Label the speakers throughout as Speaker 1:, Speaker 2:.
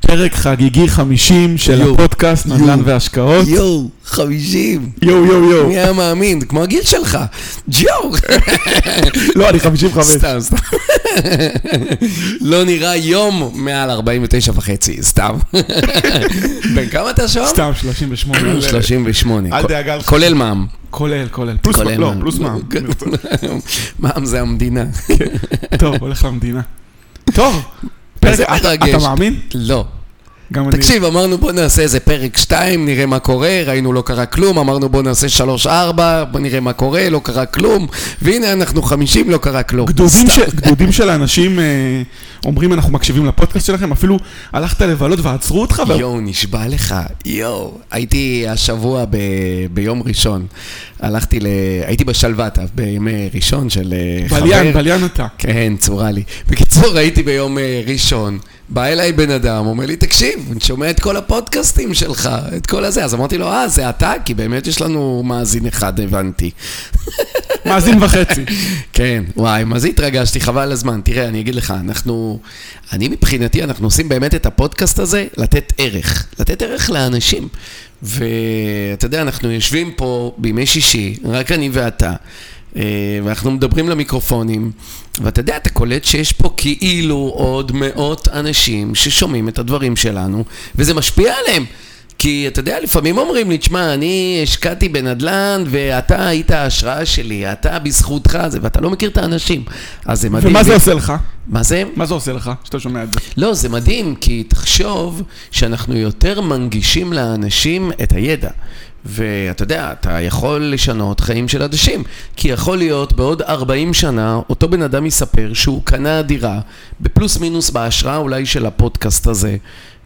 Speaker 1: פרק חגיגי 50 של
Speaker 2: יואו.
Speaker 1: הפודקאסט
Speaker 2: יואו.
Speaker 1: נדל"ן והשקעות.
Speaker 2: יואו, חמישים.
Speaker 1: יואו, יואו, יואו.
Speaker 2: מי היה מאמין? כמו הגיל שלך. ג'ו!
Speaker 1: לא, אני 55.
Speaker 2: סתם, סתם. לא נראה יום מעל 49 וחצי, סתם. בן כמה אתה שם?
Speaker 1: סתם, 38.
Speaker 2: 38.
Speaker 3: אל
Speaker 2: כ-
Speaker 3: דאגה לך.
Speaker 2: כולל מע"מ.
Speaker 1: כולל, כולל. פלוס,
Speaker 2: כולל
Speaker 3: לא, פלוס מע"מ.
Speaker 1: כן.
Speaker 2: מע"מ זה המדינה.
Speaker 1: טוב, הולך למדינה. טוב, פרק,
Speaker 2: איזה
Speaker 1: אתה-
Speaker 2: מרגש.
Speaker 1: אתה מאמין?
Speaker 2: לא.
Speaker 1: גם אני.
Speaker 2: תקשיב, אמרנו בוא נעשה איזה פרק 2, נראה מה קורה, ראינו לא קרה כלום, אמרנו בוא נעשה 3-4, בוא נראה מה קורה, לא קרה כלום, והנה אנחנו 50, לא קרה כלום.
Speaker 1: גדודים,
Speaker 2: סתם.
Speaker 1: ש... גדודים של האנשים אה, אומרים אנחנו מקשיבים לפודקאסט שלכם, אפילו הלכת לבלות ועצרו אותך, ו...
Speaker 2: יואו, נשבע לך, יואו. הייתי השבוע ב... ביום ראשון, הלכתי ל... הייתי בשלוותה בימי ראשון של אה, חבר.
Speaker 1: בליין, בליין אתה.
Speaker 2: כן, צורה לי. בקיצור, הייתי ביום אה, ראשון, בא אליי בן אדם, אומר לי, תקשיב, אני שומע את כל הפודקאסטים שלך, את כל הזה. אז אמרתי לו, אה, זה אתה? כי באמת יש לנו מאזין אחד, הבנתי.
Speaker 1: מאזין וחצי.
Speaker 2: כן, וואי, מה זה התרגשתי, חבל על הזמן. תראה, אני אגיד לך, אנחנו, אני מבחינתי, אנחנו עושים באמת את הפודקאסט הזה לתת ערך, לתת ערך לאנשים. ואתה יודע, אנחנו יושבים פה בימי שישי, רק אני ואתה, אה, ואנחנו מדברים למיקרופונים, ואתה יודע, אתה קולט שיש פה כאילו עוד מאות אנשים ששומעים את הדברים שלנו, וזה משפיע עליהם. כי אתה יודע, לפעמים אומרים לי, תשמע, אני השקעתי בנדל"ן ואתה היית ההשראה שלי, אתה בזכותך זה, ואתה לא מכיר את האנשים. אז זה מדהים.
Speaker 1: ומה זה עושה לך?
Speaker 2: מה זה?
Speaker 1: מה זה עושה לך שאתה שומע את זה?
Speaker 2: לא, זה מדהים, כי תחשוב שאנחנו יותר מנגישים לאנשים את הידע. ואתה יודע, אתה יכול לשנות חיים של אנשים. כי יכול להיות בעוד 40 שנה, אותו בן אדם יספר שהוא קנה דירה, בפלוס מינוס בהשראה אולי של הפודקאסט הזה.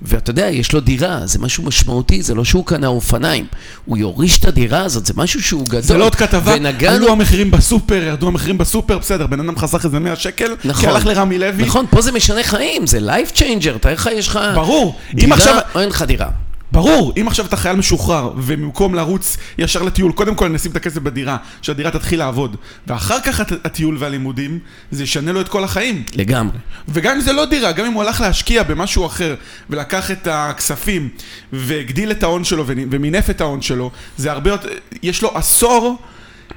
Speaker 2: ואתה יודע, יש לו דירה, זה משהו משמעותי, זה לא שהוא קנה אופניים. הוא יוריש את הדירה הזאת, זה משהו שהוא גדול.
Speaker 1: זה לא עוד כתבה,
Speaker 2: ונגענו
Speaker 1: עלו המחירים בסופר, ירדו המחירים בסופר, בסדר, בן אדם חסך איזה 100 שקל,
Speaker 2: נכון.
Speaker 1: כי הלך לרמי לוי.
Speaker 2: נכון, פה זה משנה חיים, זה life changer, תאר לך, יש לך
Speaker 1: ברור, אם
Speaker 2: דירה
Speaker 1: עכשיו-
Speaker 2: או אין לך דירה.
Speaker 1: ברור, אם עכשיו אתה חייל משוחרר, ובמקום לרוץ ישר לטיול, קודם כל נשים את הכסף בדירה, שהדירה תתחיל לעבוד, ואחר כך הת- הטיול והלימודים, זה ישנה לו את כל החיים.
Speaker 2: לגמרי.
Speaker 1: וגם אם זה לא דירה, גם אם הוא הלך להשקיע במשהו אחר, ולקח את הכספים, והגדיל את ההון שלו, ונ- ומינף את ההון שלו, זה הרבה יותר, יש לו עשור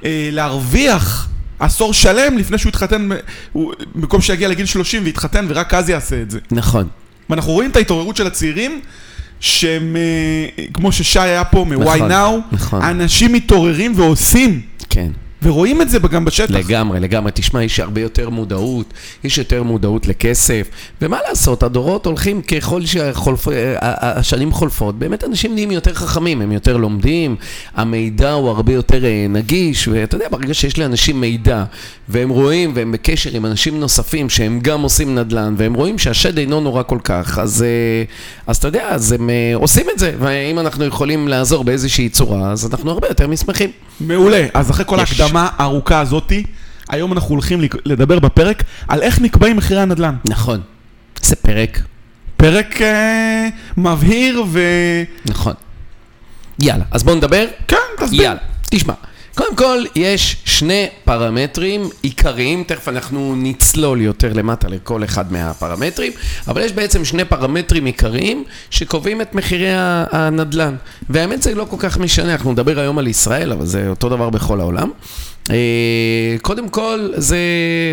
Speaker 1: אה, להרוויח. עשור שלם לפני שהוא יתחתן, הוא- במקום שיגיע לגיל 30 ויתחתן ורק אז יעשה את זה.
Speaker 2: נכון.
Speaker 1: ואנחנו רואים את ההתעוררות של הצעירים, שהם, אה, כמו ששי היה פה, מ-Why
Speaker 2: נכון,
Speaker 1: Now,
Speaker 2: נכון.
Speaker 1: אנשים מתעוררים ועושים,
Speaker 2: כן,
Speaker 1: ורואים את זה גם בשטח.
Speaker 2: לגמרי, לגמרי. תשמע, יש הרבה יותר מודעות, יש יותר מודעות לכסף, ומה לעשות, הדורות הולכים ככל אה, שהשנים חולפות, באמת אנשים נהיים יותר חכמים, הם יותר לומדים, המידע הוא הרבה יותר אה, נגיש, ואתה יודע, ברגע שיש לאנשים מידע, והם רואים, והם בקשר עם אנשים נוספים שהם גם עושים נדל"ן, והם רואים שהשד אינו נורא כל כך, אז, אה, אז אתה יודע, אז הם אה, עושים את זה, ואם אנחנו יכולים לעזור באיזושהי צורה, אז אנחנו הרבה יותר משמחים.
Speaker 1: מעולה. אז אחרי כל
Speaker 2: יש.
Speaker 1: ההקדמה הארוכה הזאתי, היום אנחנו הולכים לק- לדבר בפרק על איך נקבעים מחירי הנדל"ן.
Speaker 2: נכון. זה פרק.
Speaker 1: פרק אה, מבהיר ו...
Speaker 2: נכון. יאללה, אז בואו נדבר.
Speaker 1: כן, תסביר.
Speaker 2: יאללה, תשמע. קודם כל, יש שני פרמטרים עיקריים, תכף אנחנו נצלול יותר למטה לכל אחד מהפרמטרים, אבל יש בעצם שני פרמטרים עיקריים שקובעים את מחירי ה- הנדל"ן. והאמת זה לא כל כך משנה, אנחנו נדבר היום על ישראל, אבל זה אותו דבר בכל העולם. אה, קודם כל, זה,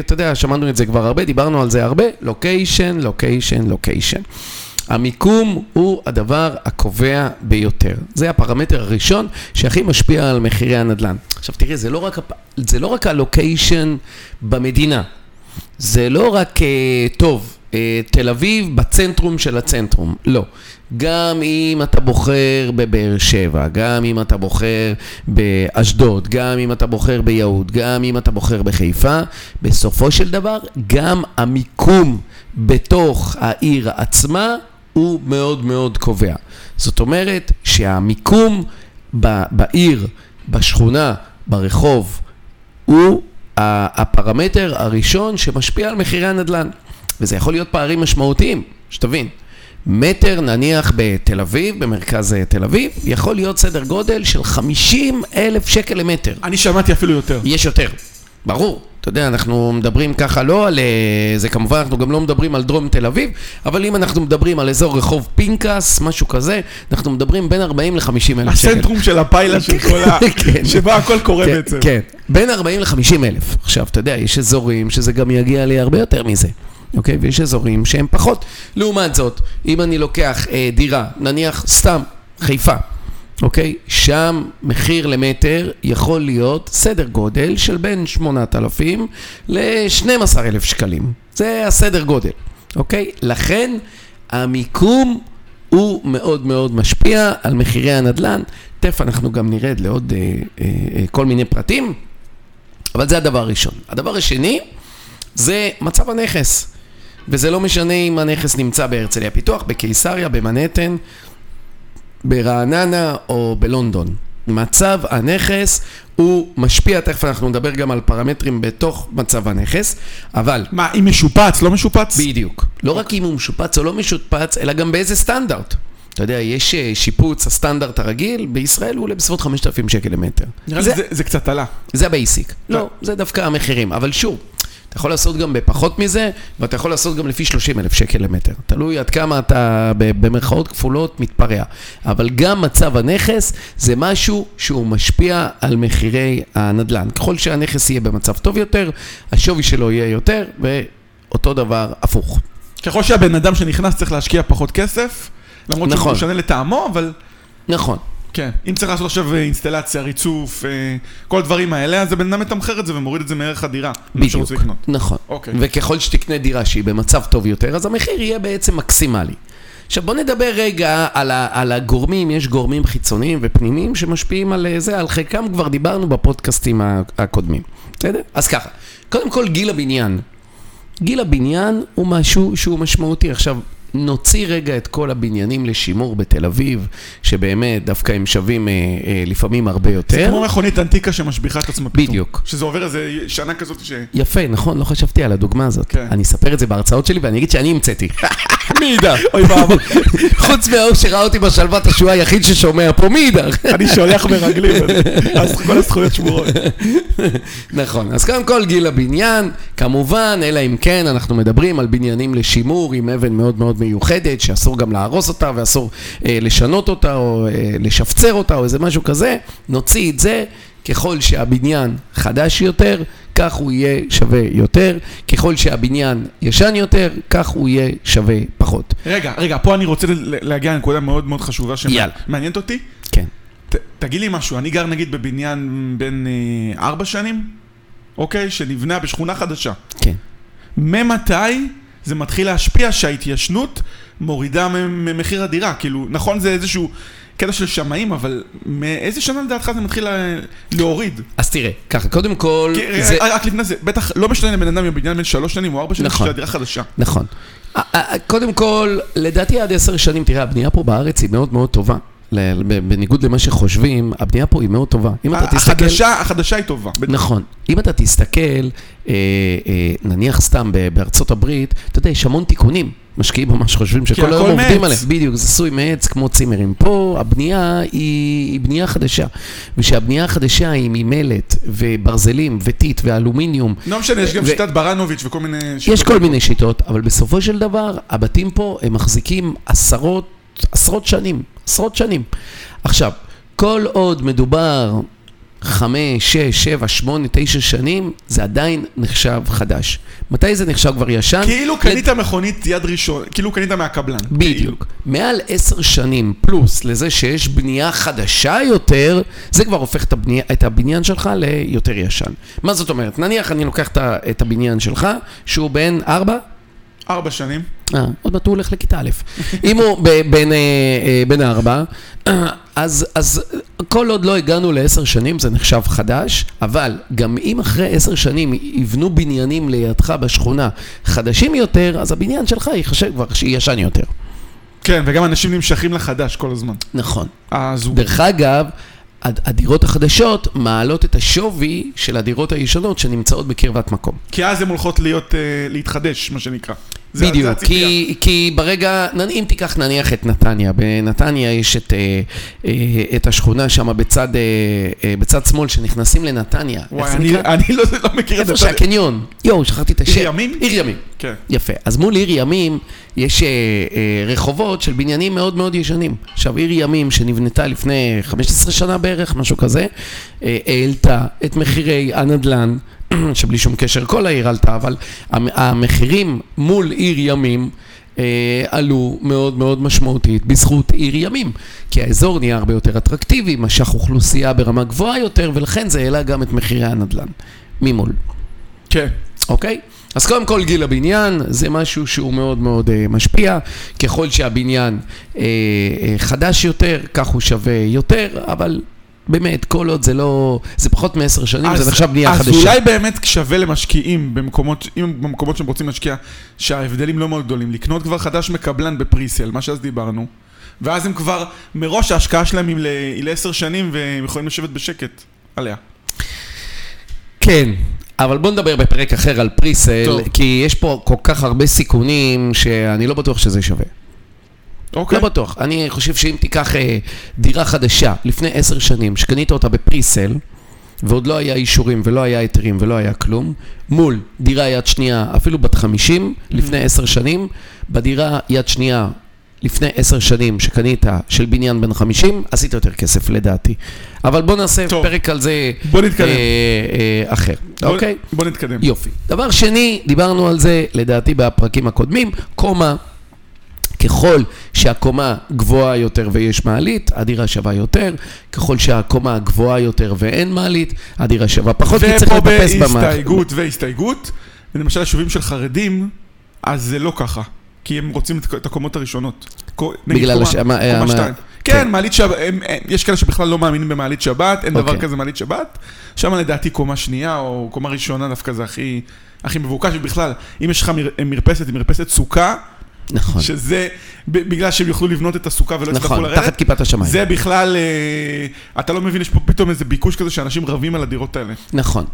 Speaker 2: אתה יודע, שמענו את זה כבר הרבה, דיברנו על זה הרבה, לוקיישן, לוקיישן, לוקיישן. המיקום הוא הדבר הקובע ביותר. זה הפרמטר הראשון שהכי משפיע על מחירי הנדל"ן. עכשיו תראה, זה לא רק, הפ- זה לא רק הלוקיישן במדינה, זה לא רק, אה, טוב, אה, תל אביב בצנטרום של הצנטרום, לא. גם אם אתה בוחר בבאר שבע, גם אם אתה בוחר באשדוד, גם אם אתה בוחר ביהוד, גם אם אתה בוחר בחיפה, בסופו של דבר, גם המיקום בתוך העיר עצמה הוא מאוד מאוד קובע. זאת אומרת שהמיקום ב- בעיר, בשכונה, ברחוב, הוא ה- הפרמטר הראשון שמשפיע על מחירי הנדל"ן. וזה יכול להיות פערים משמעותיים, שתבין. מטר נניח בתל אביב, במרכז אה, תל אביב, יכול להיות סדר גודל של 50 אלף שקל למטר.
Speaker 1: אני שמעתי אפילו יותר.
Speaker 2: יש יותר, ברור. אתה יודע, אנחנו מדברים ככה לא על... אה, זה כמובן, אנחנו גם לא מדברים על דרום תל אביב, אבל אם אנחנו מדברים על אזור רחוב פנקס, משהו כזה, אנחנו מדברים בין 40 ל-50 אלף שקל.
Speaker 1: הסנטרום של הפיילה של כל ה...
Speaker 2: כן.
Speaker 1: שבה הכל קורה
Speaker 2: כן,
Speaker 1: בעצם.
Speaker 2: כן, בין 40 ל-50 אלף. עכשיו, אתה יודע, יש אזורים שזה גם יגיע להרבה יותר מזה. אוקיי? ויש אזורים שהם פחות. לעומת זאת, אם אני לוקח אה, דירה, נניח סתם, חיפה, אוקיי? שם מחיר למטר יכול להיות סדר גודל של בין 8,000 ל-12,000 שקלים. זה הסדר גודל, אוקיי? לכן המיקום הוא מאוד מאוד משפיע על מחירי הנדל"ן. תכף אנחנו גם נרד לעוד אה, אה, אה, כל מיני פרטים, אבל זה הדבר הראשון. הדבר השני זה מצב הנכס, וזה לא משנה אם הנכס נמצא בהרצליה פיתוח, בקיסריה, במנהטן, ברעננה או בלונדון. מצב הנכס הוא משפיע, תכף אנחנו נדבר גם על פרמטרים בתוך מצב הנכס, אבל
Speaker 1: מה, אם משופץ, לא משופץ?
Speaker 2: בדיוק. לא רק אם הוא משופץ או לא משופץ, אלא גם באיזה סטנדרט. אתה יודע, יש אה, שיפוץ, הסטנדרט הרגיל, בישראל הוא עולה בסביבות 5,000 שקל למטר.
Speaker 1: נראה לי
Speaker 2: זה-
Speaker 1: שזה- זה קצת עלה.
Speaker 2: זה הבייסיק. לא, זה דווקא המחירים. אבל שוב, אתה יכול לעשות גם בפחות מזה, ואתה יכול לעשות גם לפי 30 אלף שקל למטר. תלוי עד כמה אתה ב- במרכאות כפולות מתפרע. אבל גם מצב הנכס זה משהו שהוא משפיע על מחירי הנדל"ן. ככל שהנכס יהיה במצב טוב יותר, השווי שלו יהיה יותר, ואותו דבר הפוך.
Speaker 1: ככל שהבן אדם שנכנס צריך להשקיע פחות כסף, למרות שהוא
Speaker 2: נכון.
Speaker 1: משנה לטעמו, אבל
Speaker 2: נכון.
Speaker 1: כן. אם צריך לעשות עכשיו אה, אינסטלציה, ריצוף, אה, כל הדברים האלה, אז הבן אדם מתמחר את זה ומוריד את זה מערך הדירה. מה שהוא
Speaker 2: בדיוק,
Speaker 1: רוצה לקנות.
Speaker 2: נכון.
Speaker 1: אוקיי.
Speaker 2: וככל שתקנה דירה שהיא במצב טוב יותר, אז המחיר יהיה בעצם מקסימלי. עכשיו בוא נדבר רגע על, ה, על הגורמים, יש גורמים חיצוניים ופנימיים שמשפיעים על אה, זה, על חלקם כבר דיברנו בפודקאסטים ה- הקודמים, בסדר? אז ככה, קודם כל גיל הבניין. גיל הבניין הוא משהו שהוא משמעותי. עכשיו, נוציא רגע את כל הבניינים לשימור בתל אביב, שבאמת דווקא הם שווים אה, אה, לפעמים הרבה יותר.
Speaker 1: זה כמו מכונית אנטיקה שמשביחה את עצמה פתאום.
Speaker 2: בדיוק.
Speaker 1: שזה עובר איזה שנה כזאת ש...
Speaker 2: יפה, נכון, לא חשבתי על הדוגמה הזאת.
Speaker 1: כן.
Speaker 2: כן. אני אספר את זה בהרצאות שלי ואני אגיד שאני המצאתי. מי ידע?
Speaker 1: אוי ואבוי.
Speaker 2: חוץ מהאור שראה אותי בשלוות השואה היחיד ששומע פה, מי ידע?
Speaker 1: אני שולח מרגלים, אז אז כל הזכויות שמורות.
Speaker 2: נכון, אז קודם כל גיל הבניין, כמובן, אלא אם כן אנחנו מדברים על בניינים לשימור עם אבן מאוד מאוד מיוחדת, שאסור גם להרוס אותה ואסור אה, לשנות אותה או אה, לשפצר אותה או איזה משהו כזה, נוציא את זה, ככל שהבניין חדש יותר, כך הוא יהיה שווה יותר, ככל שהבניין ישן יותר, כך הוא יהיה שווה פחות.
Speaker 1: רגע, רגע, פה אני רוצה ל- להגיע לנקודה מאוד מאוד חשובה
Speaker 2: יאללה.
Speaker 1: שמעניינת אותי.
Speaker 2: כן.
Speaker 1: ת- תגיד לי משהו, אני גר נגיד בבניין בין אה, ארבע שנים, אוקיי? שנבנה בשכונה חדשה.
Speaker 2: כן.
Speaker 1: ממתי זה מתחיל להשפיע שההתיישנות מורידה מ- ממחיר הדירה? כאילו, נכון זה איזשהו קטע של שמאים, אבל מאיזה שנה לדעתך זה מתחיל לה- להוריד?
Speaker 2: אז תראה, ככה, קודם כל...
Speaker 1: כי-
Speaker 2: זה-
Speaker 1: כן, רק רק לפני זה, בטח לא משנה לבן אדם אם הבניין בין שלוש שנים או ארבע שנים,
Speaker 2: נכון.
Speaker 1: שזה דירה חדשה.
Speaker 2: נכון. א- א- א- קודם כל, לדעתי עד עשר שנים, תראה, הבנייה פה בארץ היא מאוד מאוד טובה. ל- ב- בניגוד למה שחושבים, הבנייה פה היא מאוד טובה. אם אתה תסתכל...
Speaker 1: החדשה, החדשה היא טובה. בטח.
Speaker 2: נכון. אם אתה תסתכל, אה, אה, נניח סתם ב- בארצות הברית, אתה יודע, יש המון תיקונים. משקיעים ממש חושבים שכל
Speaker 1: הכל
Speaker 2: היום עובדים
Speaker 1: מעץ.
Speaker 2: עליהם. בדיוק, זה עשוי מעץ כמו צימרים. פה הבנייה היא, היא בנייה חדשה. ושהבנייה החדשה היא ממלט וברזלים וטיט ואלומיניום
Speaker 1: לא משנה, יש גם
Speaker 2: ו-
Speaker 1: שיטת ברנוביץ' וכל מיני...
Speaker 2: יש
Speaker 1: שיטות.
Speaker 2: כל מיני שיטות, אבל בסופו של דבר, הבתים פה, הם מחזיקים עשרות, עשרות שנים, עשרות שנים. עכשיו, כל עוד מדובר חמש, שש, שבע, שמונה, תשע שנים, זה עדיין נחשב חדש. מתי זה נחשב כבר ישן?
Speaker 1: כאילו קנית מכונית יד ראשון, כאילו קנית מהקבלן. כאילו.
Speaker 2: בדיוק. מעל עשר שנים פלוס לזה שיש בנייה חדשה יותר, זה כבר הופך את, הבנייה, את הבניין שלך ליותר ישן. מה זאת אומרת? נניח אני לוקח את ה- את הבניין שלך, שהוא בן ארבע,
Speaker 1: ארבע שנים.
Speaker 2: אה, עוד מעט הוא הולך לכיתה א'. אם הוא ב- בין, אה, אה, בין הארבע, אה, אז, אז כל עוד לא הגענו לעשר שנים זה נחשב חדש, אבל גם אם אחרי עשר שנים יבנו בניינים לידך בשכונה חדשים יותר, אז הבניין שלך ייחשב כבר שישן יותר.
Speaker 1: כן, וגם אנשים נמשכים לחדש כל הזמן.
Speaker 2: נכון.
Speaker 1: הזוג.
Speaker 2: דרך אגב, הד- הדירות החדשות מעלות את השווי של הדירות הישנות שנמצאות בקרבת מקום.
Speaker 1: כי אז הן הולכות להיות, אה, להתחדש, מה שנקרא. זה- זה
Speaker 2: בדיוק,
Speaker 1: הציפייה.
Speaker 2: כי, כי ברגע, נ- אם תיקח נניח את נתניה, בנתניה יש את, אה, אה, את השכונה שם בצד, אה, אה, בצד שמאל, שנכנסים לנתניה.
Speaker 1: וואי,
Speaker 2: איך זה
Speaker 1: אני
Speaker 2: נקרא?
Speaker 1: אני לא לא מכיר את
Speaker 2: איפה
Speaker 1: זה.
Speaker 2: שהקניון. יואו, שכחתי את השם.
Speaker 1: עיר ימים?
Speaker 2: עיר ימים.
Speaker 1: כן.
Speaker 2: יפה. אז מול עיר ימים יש אה, אה, רחובות של בניינים מאוד מאוד ישנים. עכשיו, עיר ימים שנבנתה לפני 15 שנה בערך, משהו כזה, אה, העלתה את מחירי הנדל"ן, שבלי שום קשר כל העיר עלתה, אבל המ- המחירים מול עיר ימים... אה, עלו מאוד מאוד משמעותית בזכות עיר ימים, כי האזור נהיה הרבה יותר אטרקטיבי, משך אוכלוסייה ברמה גבוהה יותר, ולכן זה העלה גם את מחירי הנדל"ן. ממול.
Speaker 1: כן.
Speaker 2: אוקיי? אז קודם כל גיל הבניין זה משהו שהוא מאוד מאוד אה, משפיע, ככל שהבניין אה, אה, חדש יותר, כך הוא שווה יותר, אבל באמת, כל עוד זה לא, זה פחות מעשר שנים,
Speaker 1: אז-
Speaker 2: זה נחשב בנייה חדשה.
Speaker 1: אז אולי באמת שווה למשקיעים במקומות, אם במקומות שהם רוצים להשקיע, שההבדלים לא מאוד גדולים, לקנות כבר חדש מקבלן בפריסל, מה שאז דיברנו, ואז הם כבר, מראש ההשקעה שלהם היא ל- היא לעשר שנים והם יכולים לשבת בשקט עליה.
Speaker 2: כן, אבל בוא נדבר בפרק אחר על פריסל,
Speaker 1: טוב.
Speaker 2: כי יש פה כל כך הרבה סיכונים שאני לא בטוח שזה שווה.
Speaker 1: אוקיי?
Speaker 2: לא בטוח. אני חושב שאם תיקח אה, דירה חדשה לפני עשר שנים, שקנית אותה בפריסל, ועוד לא היה אישורים ולא היה היתרים ולא היה כלום, מול דירה יד שנייה, אפילו בת 50, לפני
Speaker 1: Mm-hmm.
Speaker 2: עשר שנים, בדירה יד שנייה לפני עשר שנים שקנית של בניין בן 50, עשית יותר כסף לדעתי. אבל בוא נעשה
Speaker 1: טוב.
Speaker 2: פרק על זה
Speaker 1: בוא נתקדם.
Speaker 2: אה, אה, אחר,
Speaker 1: בוא-
Speaker 2: אוקיי?
Speaker 1: בוא נתקדם.
Speaker 2: יופי. דבר שני, דיברנו על זה לדעתי בפרקים הקודמים, קומה. ככל שהקומה גבוהה יותר ויש מעלית, הדירה שווה יותר. ככל שהקומה גבוהה יותר ואין מעלית, הדירה שווה פחות, כי צריך
Speaker 1: ופה
Speaker 2: לטפס במה.
Speaker 1: בהסתייגות והסתייגות, ולמשל יישובים של חרדים, אז זה לא ככה, כי הם רוצים את- את הקומות הראשונות. קו- נגיד
Speaker 2: בגלל
Speaker 1: קומה-
Speaker 2: הש- מה-
Speaker 1: קומה
Speaker 2: מה-
Speaker 1: שתיים.
Speaker 2: כן.
Speaker 1: כן, מעלית שבת, יש כאלה שבכלל לא מאמינים במעלית שבת, אין דבר
Speaker 2: אוקיי.
Speaker 1: כזה מעלית שבת. שם לדעתי קומה שנייה או קומה ראשונה דווקא זה הכי... הכי מבוקש, ובכלל, אם יש לך מר- מרפסת, היא מרפסת סוכה,
Speaker 2: נכון,
Speaker 1: שזה ב- בגלל שהם יוכלו לבנות את הסוכה ולא יצטרכו
Speaker 2: נכון,
Speaker 1: לרדת.
Speaker 2: תחת כיפת השמיים.
Speaker 1: זה בכלל, אה, אתה לא מבין, יש פה פתאום איזה ביקוש כזה שאנשים רבים על הדירות האלה.
Speaker 2: נכון.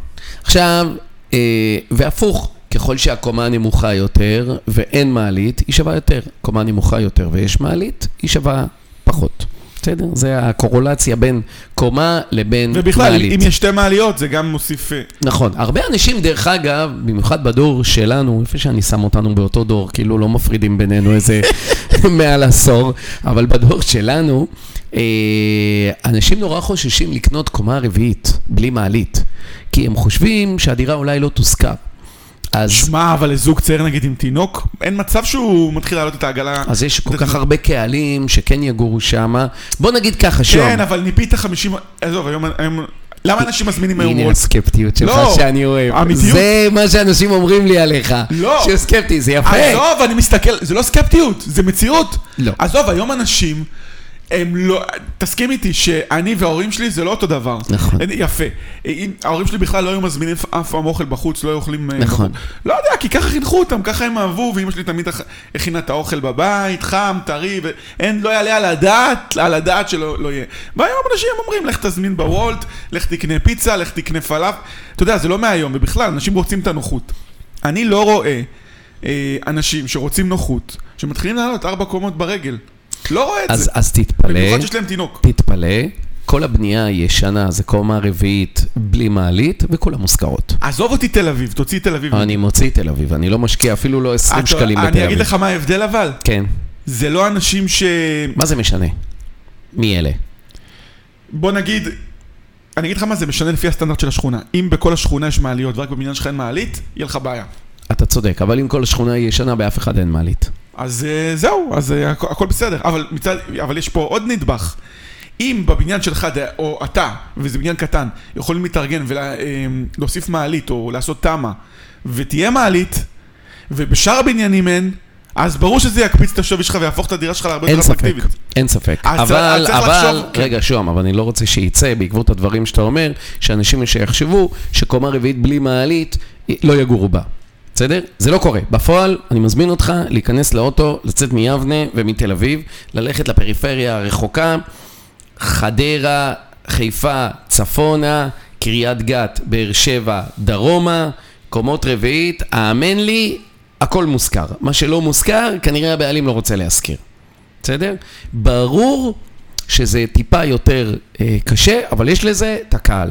Speaker 2: עכשיו, אה, והפוך, ככל שהקומה נמוכה יותר ואין מעלית, היא שווה יותר. קומה נמוכה יותר ויש מעלית, היא שווה פחות. בסדר? זה הקורולציה בין קומה לבין
Speaker 1: ובכלל,
Speaker 2: מעלית.
Speaker 1: אם יש שתי מעליות, זה גם מוסיף... אה,
Speaker 2: נכון. הרבה אנשים, דרך אגב, במיוחד בדור שלנו, לפני שאני שם אותנו באותו דור, כאילו לא מפרידים בינינו איזה מעל עשור, אבל בדור שלנו, אה, אנשים נורא חוששים לקנות קומה רביעית, בלי מעלית, כי הם חושבים שהדירה אולי לא תושכר. אז,
Speaker 1: שמע, אבל לזוג צעיר נגיד עם תינוק, אין מצב שהוא מתחיל להעלות את העגלה.
Speaker 2: אז יש כל כך הרבה קהלים שכן יגורו שמה. בוא נגיד ככה, שוהם.
Speaker 1: כן, אבל ניפית 50... עזוב, היום... היום- למה אנשים מזמינים היום
Speaker 2: הנה
Speaker 1: וולט?
Speaker 2: הסקפטיות שלך
Speaker 1: לא,
Speaker 2: שאני אוהב.
Speaker 1: האמיתיות.
Speaker 2: זה מה שאנשים אומרים לי עליך.
Speaker 1: לא.
Speaker 2: שהוא סקפטי, זה יפה.
Speaker 1: עזוב, אני מסתכל, זה לא סקפטיות, זה מציאות.
Speaker 2: לא.
Speaker 1: עזוב, היום אנשים, הם לא... תסכים איתי שאני וההורים שלי זה לא אותו דבר.
Speaker 2: נכון.
Speaker 1: אין- יפה. אם- ההורים שלי בכלל לא היו מזמינים אף- אף פעם אוכל בחוץ, לא היו אוכלים... אה,
Speaker 2: נכון.
Speaker 1: בחוץ. לא יודע, כי ככה חינכו אותם, ככה הם אהבו, ואימא שלי תמיד הכ- הכינה את האוכל בבית, חם, טרי, ואין, לא יעלה על הדעת, על הדעת שלא לא יהיה. והיום אנשים אומרים, לך תזמין בוולט, לך תקנה פיצה, לך תקנה פלאפ. אתה יודע, זה לא מהיום, ובכלל, אנשים רוצים את הנוחות. אני לא רואה אה, אנשים שרוצים נוחות, שמתחילים לעלות ארבע קומות ברגל. לא רואה את
Speaker 2: אז,
Speaker 1: זה.
Speaker 2: אז תתפלא,
Speaker 1: במיוחד שיש להם תינוק.
Speaker 2: תתפלא, כל הבנייה הישנה זה קומה רביעית בלי מעלית, וכולם מושכרות.
Speaker 1: עזוב אותי תל אביב, תוציא תל אביב.
Speaker 2: אני מוציא תל אביב, אני לא משקיע אפילו לא 20
Speaker 1: אתה-
Speaker 2: שקלים בתל אביב.
Speaker 1: אני אגיד לך מה ההבדל אבל,
Speaker 2: כן,
Speaker 1: זה לא אנשים ש...
Speaker 2: מה זה משנה? מי אלה?
Speaker 1: בוא נגיד, אני אגיד לך מה זה משנה לפי הסטנדרט של השכונה. אם בכל השכונה יש מעליות ורק בבניין שלך אין מעלית, יהיה לך בעיה.
Speaker 2: אתה צודק, אבל אם כל השכונה היא ישנה, באף אחד אין מעלית.
Speaker 1: אז אה, זהו, אז אה, הכ- הכל בסדר. אבל, מצד, אבל יש פה עוד נדבך. אם בבניין שלך, ד- או אתה, וזה בניין קטן, יכולים להתארגן ולהוסיף מעלית או לעשות תמ"א, ותהיה מעלית, ובשאר הבניינים אין, אז ברור שזה יקפיץ את השווי שלך ויהפוך את הדירה שלך להרבה
Speaker 2: אין
Speaker 1: יותר
Speaker 2: ספק,
Speaker 1: אטרקטיבית.
Speaker 2: אין ספק.
Speaker 1: אז צריך-
Speaker 2: אבל,
Speaker 1: אז צריך
Speaker 2: אבל,
Speaker 1: לחשוב, כן.
Speaker 2: רגע, שוהם, אבל אני לא רוצה שייצא בעקבות הדברים שאתה אומר, שאנשים שיחשבו שקומה רביעית בלי מעלית, לא יגורו בה. בסדר? זה לא קורה. בפועל, אני מזמין אותך להיכנס לאוטו, לצאת מיבנה ומתל אביב, ללכת לפריפריה הרחוקה, חדרה, חיפה, צפונה, קריית גת, באר שבע, דרומה, קומות רביעית, האמן לי, הכל מוזכר. מה שלא מוזכר, כנראה הבעלים לא רוצה להזכיר. בסדר? ברור שזה טיפה יותר אה, קשה, אבל יש לזה את הקהל.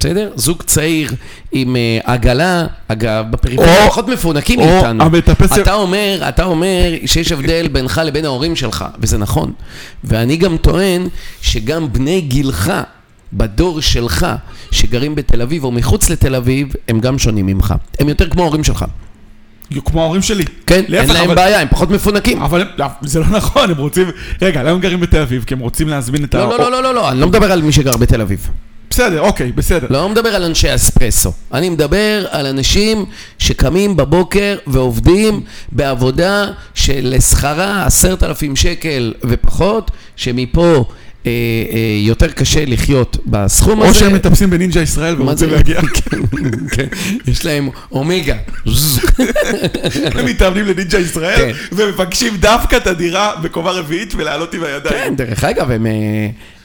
Speaker 2: בסדר? זוג צעיר עם אה, עגלה, אגב, בפריפריה
Speaker 1: או-
Speaker 2: פחות מפונקים
Speaker 1: או
Speaker 2: מאיתנו.
Speaker 1: המטפס-
Speaker 2: אתה אומר, אתה אומר שיש הבדל בינך לבין ההורים שלך, וזה נכון. ואני גם טוען שגם בני גילך, בדור שלך, שגרים בתל אביב או מחוץ לתל אביב, הם גם שונים ממך. הם יותר כמו ההורים שלך.
Speaker 1: כמו ההורים שלי.
Speaker 2: כן,
Speaker 1: להפך,
Speaker 2: אין להם
Speaker 1: אבל-
Speaker 2: בעיה, הם פחות מפונקים.
Speaker 1: אבל הם- לא, זה לא נכון, הם רוצים... רגע, למה הם גרים בתל אביב? כי הם רוצים להזמין את ה...
Speaker 2: לא, לא, לא, לא, לא, לא, אני לא מדבר על מי שגר בתל אביב.
Speaker 1: בסדר, אוקיי, בסדר.
Speaker 2: לא מדבר על אנשי אספרסו. אני מדבר על אנשים שקמים בבוקר ועובדים בעבודה שלשכרה עשרת אלפים שקל ופחות, שמפה אה, אה, יותר קשה לחיות בסכום הזה.
Speaker 1: או שהם מטפסים בנינג'ה ישראל
Speaker 2: מה זה?
Speaker 1: ורוצים להגיע.
Speaker 2: כן, כן. יש להם אומגה.
Speaker 1: הם מתאמנים לנינג'ה ישראל,
Speaker 2: כן.
Speaker 1: ומבקשים דווקא את הדירה בקומה רביעית ולעלות עם הידיים.
Speaker 2: כן, דרך אגב, הם, אה,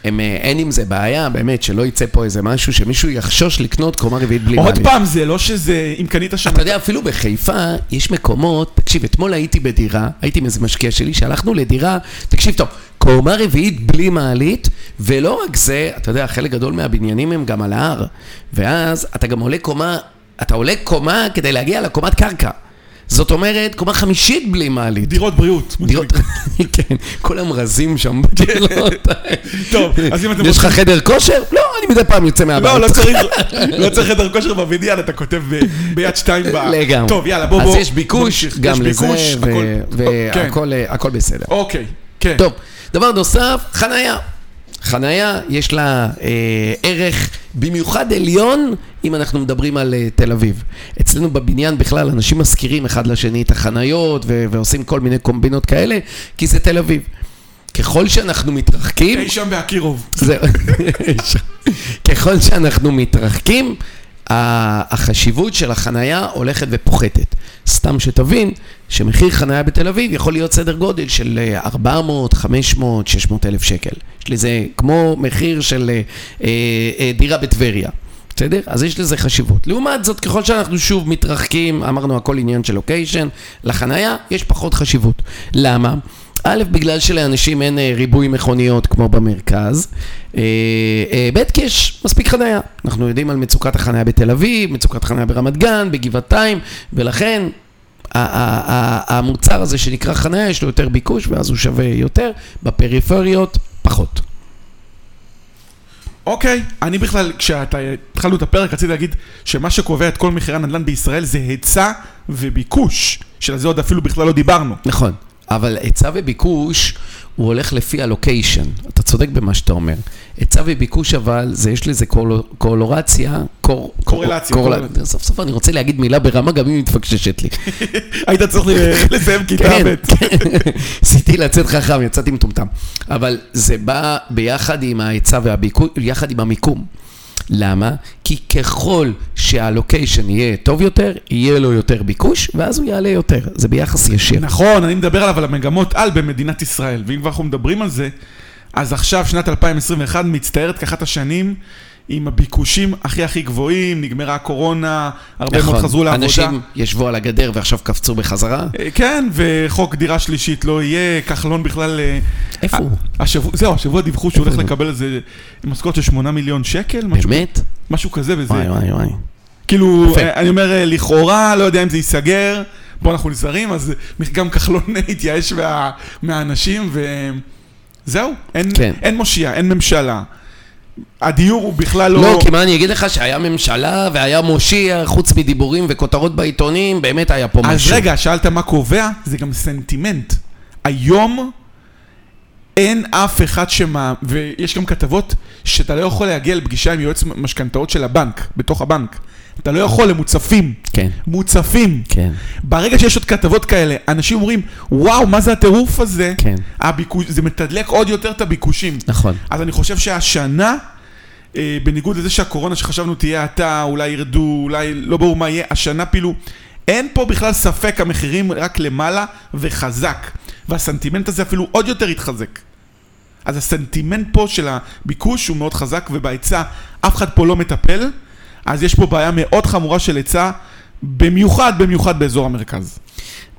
Speaker 2: הם, אה, אין עם זה בעיה, באמת, שלא יצא פה איזה משהו, שמישהו יחשוש לקנות קומה רביעית בלי
Speaker 1: עוד
Speaker 2: מעלית.
Speaker 1: פעם, זה לא שזה... אם קנית שם...
Speaker 2: אתה יודע, אפילו בחיפה יש מקומות, תקשיב, אתמול הייתי בדירה, הייתי עם איזה משקיע שלי, שהלכנו לדירה, תקשיב טוב, קומה רביעית בלי מעלית, ולא רק זה, אתה יודע, חלק גדול מהבניינים הם גם על ההר, ואז אתה גם עולה קומה, אתה עולה קומה כדי להגיע לקומת קרקע. זאת אומרת, קומה חמישית בלי מעלית.
Speaker 1: דירות בריאות.
Speaker 2: דירות, כן, כל המרזים שם בדירות.
Speaker 1: טוב, אז אם אתם
Speaker 2: יש לך
Speaker 1: רוצים...
Speaker 2: חדר כושר? לא, אני מדי פעם יוצא מהבית.
Speaker 1: לא, לא צריך, לא צריך חדר כושר בבניין, אתה כותב ב- ביד שתיים ב...
Speaker 2: לגמרי.
Speaker 1: טוב, יאללה, בוא, בוא.
Speaker 2: אז יש ביקוש
Speaker 1: בוא נמשיך.
Speaker 2: גם
Speaker 1: יש
Speaker 2: לזה,
Speaker 1: ביקוש, הכל- כן.
Speaker 2: והכל הכל בסדר.
Speaker 1: אוקיי, כן.
Speaker 2: טוב, דבר נוסף, חנייה. חנייה, יש לה אה, ערך במיוחד עליון, אם אנחנו מדברים על אה, תל אביב. אצלנו בבניין בכלל, אנשים משכירים אחד לשני את החניות ו- ועושים כל מיני קומבינות כאלה, כי זה תל אביב. ככל שאנחנו מתרחקים...
Speaker 1: אי שם באקירוב.
Speaker 2: זהו. ככל שאנחנו מתרחקים, ה- החשיבות של החנייה הולכת ופוחתת. סתם שתבין שמחיר חנייה בתל אביב יכול להיות סדר גודל של אה, 400, 500, 600 אלף שקל. יש לזה כמו מחיר של אה, אה, אה, דירה בטבריה. בסדר? אז יש לזה חשיבות. לעומת זאת, ככל שאנחנו שוב מתרחקים, אמרנו הכל עניין של לוקיישן, לחנייה יש פחות חשיבות. למה? א', בגלל שלאנשים אין אה, ריבוי מכוניות כמו במרכז, אה, אה, ב', כי יש מספיק חניה. אנחנו יודעים על מצוקת החניה בתל אביב, מצוקת החניה ברמת גן, בגבעתיים, ולכן ה- ה- ה- המוצר הזה שנקרא חניה, יש לו יותר ביקוש, ואז הוא שווה יותר, בפריפריות, פחות.
Speaker 1: אוקיי, אני בכלל, כשהתחלנו את הפרק, רציתי להגיד שמה שקובע את כל מחירי הנדל"ן בישראל זה היצע וביקוש. שעל זה עוד אפילו בכלל לא דיברנו.
Speaker 2: נכון, אבל היצע וביקוש, הוא הולך לפי הלוקיישן. אתה צודק במה שאתה אומר. היצע וביקוש, אבל זה, יש לזה קול, קולורציה, קור,
Speaker 1: קורלציה,
Speaker 2: קור,
Speaker 1: קורלציה.
Speaker 2: סוף סוף אני רוצה להגיד מילה ברמה, גם אם היא מתפקששת לי.
Speaker 1: היית צריך אה, לסיים כיתה
Speaker 2: כן,
Speaker 1: ב'.
Speaker 2: כן. ניסיתי לצאת חכם, יצאתי מטומטם. אבל זה בא ביחד עם ההיצע והביקוש, יחד עם המיקום. למה? כי ככל שהלוקיישן יהיה טוב יותר, יהיה לו יותר ביקוש, ואז הוא יעלה יותר. זה ביחס ישיר.
Speaker 1: נכון, אני מדבר עליו, על המגמות על במדינת ישראל. ואם כבר אנחנו מדברים על זה, אז עכשיו, שנת 2021 מצטיירת כאחת השנים עם הביקושים הכי הכי גבוהים, נגמרה הקורונה, הרבה מאוד חזרו לעבודה.
Speaker 2: נכון. אנשים ישבו על הגדר ועכשיו קפצו בחזרה.
Speaker 1: אה, כן, וחוק דירה שלישית לא יהיה, כחלון בכלל... אה,
Speaker 2: איפה הוא?
Speaker 1: ה- השבוע, זהו, השבוע דיווחו שהוא
Speaker 2: איפה
Speaker 1: הולך
Speaker 2: הוא?
Speaker 1: לקבל איזה משכורת של 8 מיליון שקל, משהו-
Speaker 2: באמת?
Speaker 1: משהו כזה וזה.
Speaker 2: וואי וואי וואי.
Speaker 1: כאילו,
Speaker 2: יפה.
Speaker 1: אה, אני אומר, אה, לכאורה, לא יודע אם זה ייסגר, פה אנחנו נזהרים, אז גם כחלון התייאש מה, מהאנשים, וזהו, אין,
Speaker 2: כן.
Speaker 1: אין מושיע, אין ממשלה. הדיור הוא בכלל לא...
Speaker 2: לא, כי מה אני אגיד לך שהיה ממשלה והיה מושיע, חוץ מדיבורים וכותרות בעיתונים, באמת היה פה משהו.
Speaker 1: אז רגע, שאלת מה קובע, זה גם סנטימנט. היום אין אף אחד שמה... ויש גם כתבות שאתה לא יכול להגיע לפגישה עם יועץ משכנתאות של הבנק, בתוך הבנק. אתה לא יכול, הם מוצפים.
Speaker 2: כן,
Speaker 1: מוצפים.
Speaker 2: כן.
Speaker 1: ברגע שיש עוד כתבות כאלה, אנשים אומרים, וואו, מה זה הטירוף הזה?
Speaker 2: כן.
Speaker 1: הביקוש, זה מתדלק עוד יותר את הביקושים.
Speaker 2: נכון.
Speaker 1: אז אני חושב שהשנה, אה, בניגוד לזה שהקורונה שחשבנו תהיה עתה, אולי ירדו, אולי לא ברור מה יהיה, השנה פילו, אין פה בכלל ספק, המחירים רק למעלה וחזק. והסנטימנט הזה אפילו עוד יותר התחזק. אז הסנטימנט פה של הביקוש הוא מאוד חזק, ובהיצע אף אחד פה לא מטפל, אז יש פה בעיה מאוד חמורה של היצע במיוחד, במיוחד באזור המרכז.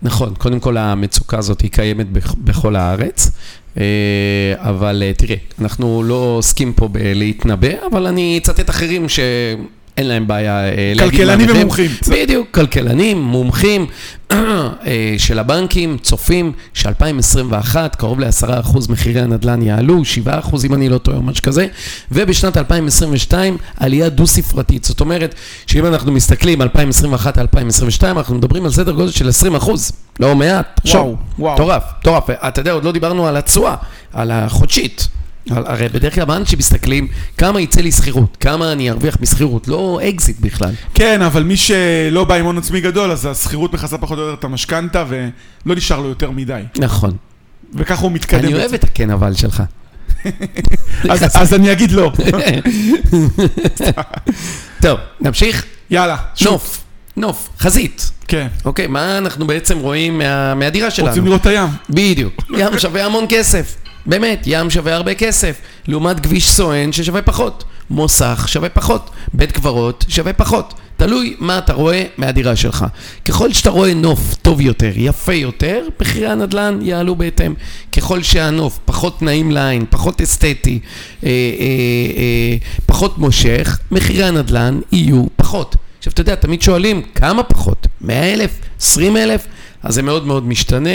Speaker 2: נכון, קודם כל המצוקה הזאת היא קיימת בכ- בכל הארץ, אה, אבל אה, תראה, אנחנו לא עוסקים פה בלהתנבא, אבל אני אצטט אחרים שאין להם בעיה אה, להגיד מה
Speaker 1: כלכלנים
Speaker 2: הם-
Speaker 1: ומומחים.
Speaker 2: בדיוק, כלכלנים, מומחים אה, של הבנקים, צופים ש-2021 קרוב ל-10% מחירי הנדלן יעלו, 7% אם אני לא טועה או משהו כזה, ובשנת 2022 עלייה דו-ספרתית. זאת אומרת, שאם אנחנו מסתכלים 2021-2022, אנחנו מדברים על סדר גודל של 20%, לא מעט. תחשוב,
Speaker 1: וואו.
Speaker 2: מטורף, מטורף. אתה יודע, עוד לא דיברנו על התשואה, על החודשית. על- הרי בדרך כלל באנשים מסתכלים כמה יצא לי שכירות, כמה אני ארוויח משכירות, לא אקזיט בכלל.
Speaker 1: כן, אבל מי שלא בא עם הון עצמי גדול, אז השכירות מכסה פחות או יותר את המשכנתה, ולא נשאר לו יותר מדי.
Speaker 2: נכון.
Speaker 1: וכך הוא מתקדם.
Speaker 2: אני אוהב את הכן אבל שלך.
Speaker 1: אז, אז אני אגיד לא.
Speaker 2: טוב, נמשיך.
Speaker 1: יאללה, שוב.
Speaker 2: נוף, נוף, חזית.
Speaker 1: כן.
Speaker 2: אוקיי, מה אנחנו בעצם רואים מה- מהדירה
Speaker 1: רוצים
Speaker 2: שלנו?
Speaker 1: לראות את הים.
Speaker 2: בדיוק. ים שווה המון כסף. באמת, ים שווה הרבה כסף. לעומת כביש סואן ששווה פחות. מוסך שווה פחות. בית קברות שווה פחות. תלוי מה אתה רואה מהדירה שלך. ככל שאתה רואה נוף טוב יותר, יפה יותר, מחירי הנדלן יעלו בהתאם. ככל שהנוף פחות נעים לעין, פחות אסתטי, אה, אה, אה, פחות מושך, מחירי הנדלן יהיו פחות. עכשיו, אתה יודע, תמיד שואלים, כמה פחות? 100 אלף? 20 אלף? אז זה מאוד מאוד משתנה.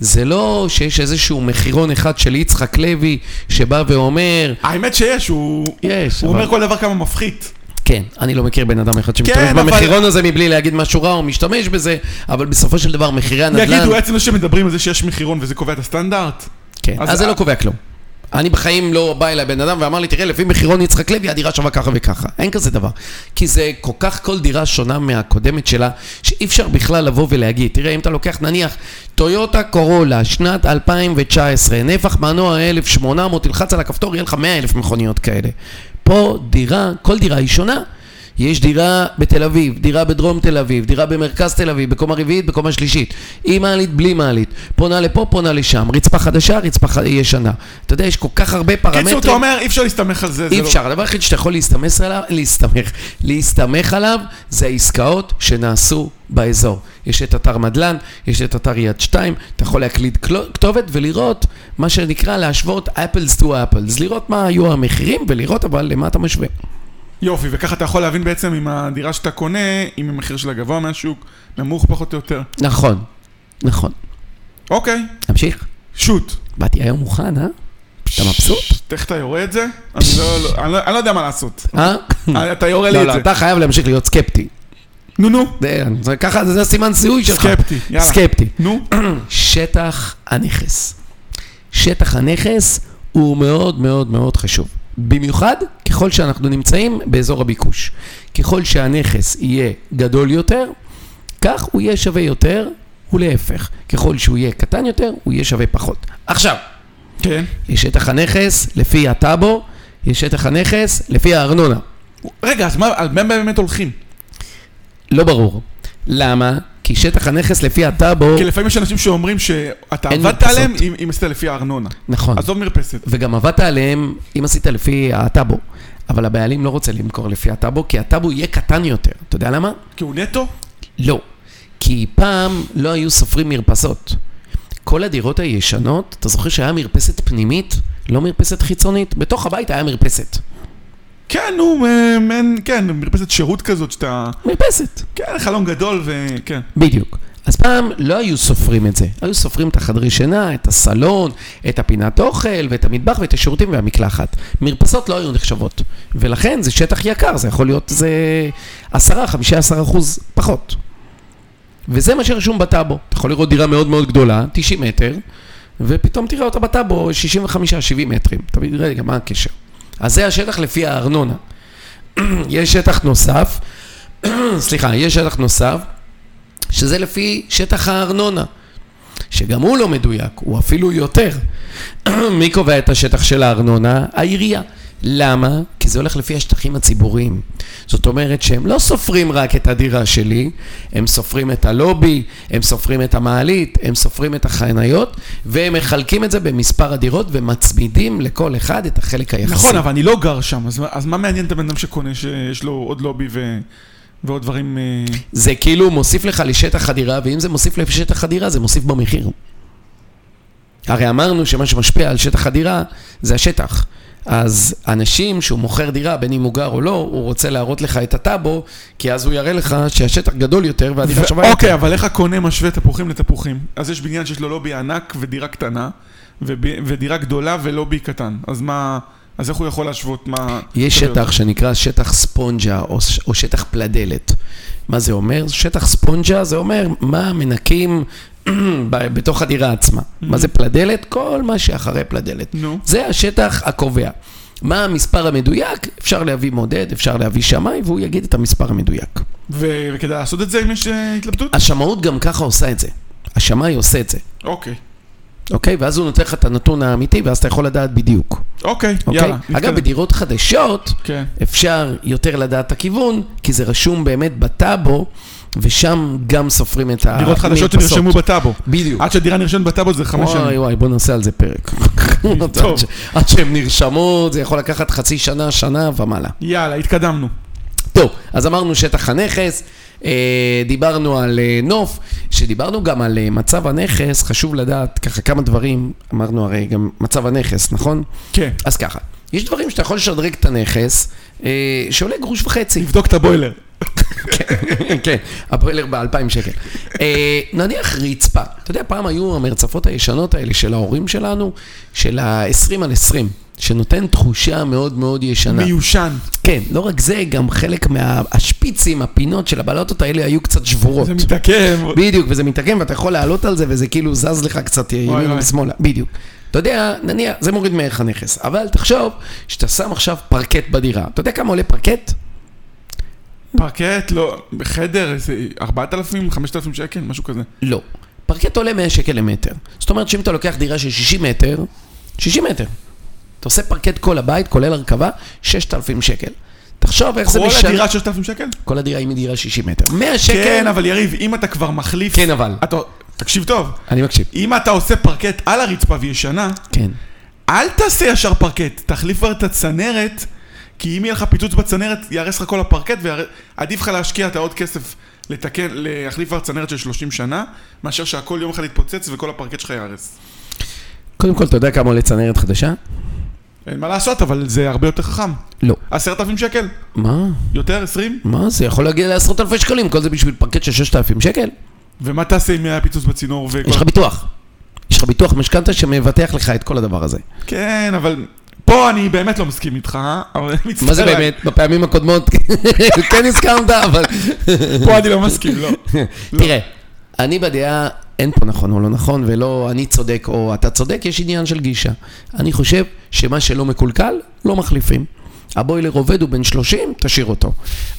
Speaker 2: זה לא שיש איזשהו מחירון אחד של יצחק לוי שבא ואומר,
Speaker 1: האמת שיש, הוא,
Speaker 2: יש,
Speaker 1: הוא
Speaker 2: אבל-
Speaker 1: אומר כל דבר כמה מפחית.
Speaker 2: כן, אני לא מכיר בן אדם אחד שמשתמש
Speaker 1: כן, אבל-
Speaker 2: במחירון הזה מבלי להגיד משהו רע או משתמש בזה, אבל בסופו של דבר מחירי הנדל"ן...
Speaker 1: יגידו, עצם זה שמדברים על זה שיש מחירון וזה קובע את הסטנדרט.
Speaker 2: כן,
Speaker 1: אז-
Speaker 2: אז זה לא קובע כלום. אני בחיים לא בא אליי בן אדם ואמר לי, תראה, לפי מחירון יצחק לוי, הדירה שווה ככה וככה. אין כזה דבר. כי זה כל כך, כל דירה שונה מהקודמת שלה, שאי אפשר בכלל לבוא ולהגיד. תראה, אם אתה לוקח, נניח, טויוטה קורולה, שנת 2019, נפח מנוע 1,800, תלחץ על הכפתור, יהיה לך 100,000 מכוניות כאלה. פה דירה, כל דירה היא שונה. יש דירה בתל אביב, דירה בדרום תל אביב, דירה במרכז תל אביב, בקומה רביעית, בקומה שלישית. עם מעלית, בלי מעלית. פונה לפה, פונה לשם. רצפה חדשה, רצפה ח- ישנה. אתה יודע, יש כל כך הרבה פרמטרים.
Speaker 1: קיצור, אתה אומר, אי אפשר להסתמך על זה. זה
Speaker 2: אי
Speaker 1: לא-
Speaker 2: אפשר, הדבר היחיד שאתה יכול להסתמך עליו, להסתמך, להסתמך עליו זה העסקאות שנעשו באזור. יש את אתר מדלן, יש את אתר יד 2, אתה יכול להקליד קלו- כתובת ולראות מה שנקרא להשוות apples to apples, לראות מה היו המחירים ולראות אבל למה אתה משווה.
Speaker 1: יופי, וככה אתה יכול להבין בעצם אם הדירה שאתה קונה, אם המחיר שלה גבוה מהשוק, נמוך פחות או יותר.
Speaker 2: נכון, נכון.
Speaker 1: אוקיי,
Speaker 2: נמשיך.
Speaker 1: שוט.
Speaker 2: באתי היום מוכן, אה? אתה מבסוט?
Speaker 1: פששש, איך אתה יורה את זה? אני לא- לא- אני לא- אני לא יודע מה לעשות.
Speaker 2: אה?
Speaker 1: אתה יורה לי
Speaker 2: לא,
Speaker 1: את
Speaker 2: לא,
Speaker 1: זה.
Speaker 2: אתה חייב להמשיך להיות סקפטי.
Speaker 1: נו, נו,
Speaker 2: זה- זה ככה, זה הסימן זיהוי שלך.
Speaker 1: סקפטי, יאללה.
Speaker 2: סקפטי.
Speaker 1: נו.
Speaker 2: שטח הנכס. שטח הנכס הוא מאוד מאוד מאוד חשוב. במיוחד ככל שאנחנו נמצאים באזור הביקוש. ככל שהנכס יהיה גדול יותר, כך הוא יהיה שווה יותר, ולהפך. ככל שהוא יהיה קטן יותר, הוא יהיה שווה פחות. עכשיו,
Speaker 1: כן.
Speaker 2: יש שטח הנכס לפי הטאבו, יש שטח הנכס לפי הארנונה.
Speaker 1: רגע, אז מה על מה באמת הולכים?
Speaker 2: לא ברור. למה? כי שטח הנכס לפי הטאבו...
Speaker 1: כי לפעמים יש אנשים שאומרים שאתה
Speaker 2: אין
Speaker 1: עבדת
Speaker 2: מרפסות.
Speaker 1: עליהם אם אם עשית לפי הארנונה.
Speaker 2: נכון.
Speaker 1: עזוב מרפסת.
Speaker 2: וגם עבדת עליהם, אם עשית לפי הטאבו. אבל הבעלים לא רוצה למכור לפי הטאבו, כי הטאבו יהיה קטן יותר. אתה יודע למה?
Speaker 1: כי הוא נטו?
Speaker 2: לא. כי פעם לא היו סופרים מרפסות. כל הדירות הישנות, אתה זוכר שהיה מרפסת פנימית, לא מרפסת חיצונית? בתוך הבית היה מרפסת.
Speaker 1: כן, נו, אה, אין, כן, מרפסת שירות כזאת שאתה...
Speaker 2: מרפסת.
Speaker 1: כן, חלום גדול כן. וכן.
Speaker 2: בדיוק. אז פעם לא היו סופרים את זה, היו סופרים את החדרי שינה, את הסלון, את הפינת אוכל ואת המטבח ואת השירותים והמקלחת. מרפסות לא היו נחשבות, ולכן זה שטח יקר, זה יכול להיות איזה 10-15 אחוז פחות. וזה מה שרשום בטאבו, אתה יכול לראות דירה מאוד מאוד גדולה, 90 מטר, ופתאום תראה אותה בטאבו 65-70 מטרים. אתה מבין, רגע, מה הקשר? אז זה השטח לפי הארנונה. יש שטח נוסף, סליחה, יש שטח נוסף, שזה לפי שטח הארנונה, שגם הוא לא מדויק, הוא אפילו יותר. מי קובע את השטח של הארנונה? העירייה. למה? כי זה הולך לפי השטחים הציבוריים. זאת אומרת שהם לא סופרים רק את הדירה שלי, הם סופרים את הלובי, הם סופרים את המעלית, הם סופרים את החניות, והם מחלקים את זה במספר הדירות ומצמידים לכל אחד את החלק היחסי.
Speaker 1: נכון, אבל אני לא גר שם, אז מה- אז מה מעניין את הבן אדם שקונה שיש לו עוד לובי ו- ועוד דברים... אה,
Speaker 2: זה כאילו מוסיף לך לשטח חדירה, ואם זה מוסיף לשטח חדירה, זה מוסיף במחיר. הרי אמרנו שמה שמשפיע על שטח הדירה זה השטח. אז אנשים שהוא מוכר דירה, בין אם הוא גר או לא, הוא רוצה להראות לך את הטאבו, כי אז הוא יראה לך שהשטח גדול יותר והדירה שווה
Speaker 1: ו-
Speaker 2: יותר.
Speaker 1: אוקיי, אבל איך הקונה משווה תפוחים לתפוחים? אז יש בניין שיש לו לובי ענק ודירה קטנה, וב- ודירה גדולה ולובי קטן. אז מה... אז איך הוא יכול להשוות מה...
Speaker 2: יש
Speaker 1: תביא
Speaker 2: שטח שנקרא שטח ספונג'ה או, ש- או שטח פלדלת. מה זה אומר? שטח ספונג'ה זה אומר מה מנקים ב- בתוך הדירה עצמה. מה זה פלדלת? כל מה שאחרי פלדלת.
Speaker 1: נו.
Speaker 2: זה השטח הקובע. מה המספר המדויק? אפשר להביא מודד, אפשר להביא שמאי, והוא יגיד את המספר המדויק.
Speaker 1: ו- וכדאי לעשות את זה אם יש אה, התלבטות?
Speaker 2: השמאות גם ככה עושה את זה. השמאי עושה את זה,
Speaker 1: אוקיי.
Speaker 2: אוקיי? ואז הוא נותן לך את הנתון האמיתי, ואז אתה יכול לדעת בדיוק,
Speaker 1: אוקיי,
Speaker 2: אוקיי?
Speaker 1: יאללה.
Speaker 2: אגב,
Speaker 1: נתקדם.
Speaker 2: בדירות חדשות,
Speaker 1: כן.
Speaker 2: אפשר יותר לדעת את הכיוון, כי זה רשום באמת בטאבו, ושם גם סופרים את ה...
Speaker 1: דירות חדשות
Speaker 2: מרפסות.
Speaker 1: שנרשמו בטאבו.
Speaker 2: בדיוק.
Speaker 1: עד שהדירה נרשמת בטאבו זה חמש
Speaker 2: וואי
Speaker 1: שנים.
Speaker 2: וואי, בוא נעשה על זה פרק. עד ש- עד שהן נרשמות, זה יכול לקחת חצי שנה, שנה ומעלה.
Speaker 1: יאללה, התקדמנו.
Speaker 2: טוב, אז אמרנו שטח הנכס, אה, דיברנו על אה, נוף, שדיברנו גם על אה, מצב הנכס, חשוב לדעת ככה כמה דברים, אמרנו הרי גם מצב הנכס, נכון?
Speaker 1: כן.
Speaker 2: אז ככה, יש דברים שאתה יכול לשדרג את הנכס, אה, שעולה גרוש וחצי.
Speaker 1: תבדוק את הבוילר.
Speaker 2: כן, כן, הבוילר ב-2,000 שקל. אה, נניח רצפה, אתה יודע, פעם היו המרצפות הישנות האלה של ההורים שלנו, של ה-20 על 20, שנותן תחושה מאוד מאוד ישנה.
Speaker 1: מיושן.
Speaker 2: כן, לא רק זה, גם חלק מהשפיצים, הפינות של הבלטות האלה היו קצת שבורות.
Speaker 1: זה מתעכב.
Speaker 2: בדיוק, וזה מתעקם ואתה יכול לעלות על זה וזה כאילו זז לך קצת ימינה
Speaker 1: וואי.
Speaker 2: ושמאלה, בדיוק. אתה יודע, נניח, זה מוריד מערך הנכס, אבל תחשוב שאתה שם עכשיו פרקט בדירה. אתה יודע כמה עולה פרקט?
Speaker 1: פרקט, לא, חדר, איזה 4,000, 5,000 שקל, משהו כזה.
Speaker 2: לא. פרקט עולה 100 שקל למטר. זאת אומרת שאם אתה לוקח דירה של 60 מטר, 60 מטר. אתה עושה פרקט כל הבית, כולל הרכבה, 6,000 שקל. תחשוב איך זה כן,
Speaker 1: כל
Speaker 2: משנה.
Speaker 1: הדירה 6,000 שקל?
Speaker 2: כל הדירה אם היא דירה 60 מטר. 100 שקל.
Speaker 1: כן, אבל יריב, אם אתה כבר מחליף...
Speaker 2: כן, אבל.
Speaker 1: אתה- תקשיב טוב,
Speaker 2: אני מקשיב.
Speaker 1: אם אתה עושה פרקט על הרצפה והיא ישנה,
Speaker 2: כן.
Speaker 1: אל תעשה ישר פרקט, תחליף כבר את הצנרת, כי אם יהיה לך פיצוץ בצנרת, ייהרס לך כל הפרקט, ועדיף לך להשקיע את העוד כסף לתקן, להחליף כבר צנרת של 30 שנה, מאשר שהכל יום אחד יתפוצץ וכל הפרקט שלך ייהרס.
Speaker 2: קודם כל, אתה יודע כמה עולה צנרת חדשה?
Speaker 1: אין מה לעשות, אבל זה הרבה יותר חכם.
Speaker 2: לא.
Speaker 1: 10,000 שקל?
Speaker 2: מה?
Speaker 1: יותר? 20?
Speaker 2: מה זה? יכול להגיע לעשרות אלפי שקלים, כל זה בשביל פרקט של 6,000 שקל?
Speaker 1: ומה תעשה אם היה פיצוץ בצינור
Speaker 2: יש לך
Speaker 1: וכל...
Speaker 2: ביטוח. יש לך ביטוח משכנתה שמבטח לך את כל הדבר הזה.
Speaker 1: כן, אבל... פה אני באמת לא מסכים איתך, אה? אבל מצטער.
Speaker 2: מה זה באמת? בפעמים הקודמות כן הסכמת, אבל...
Speaker 1: פה אני לא מסכים, לא.
Speaker 2: תראה, אני בדעה, אין פה נכון או לא נכון, ולא אני צודק או אתה צודק, יש עניין של גישה. אני חושב שמה שלא מקולקל, לא מחליפים. הבוילר עובד, הוא בן 30, תשאיר אותו.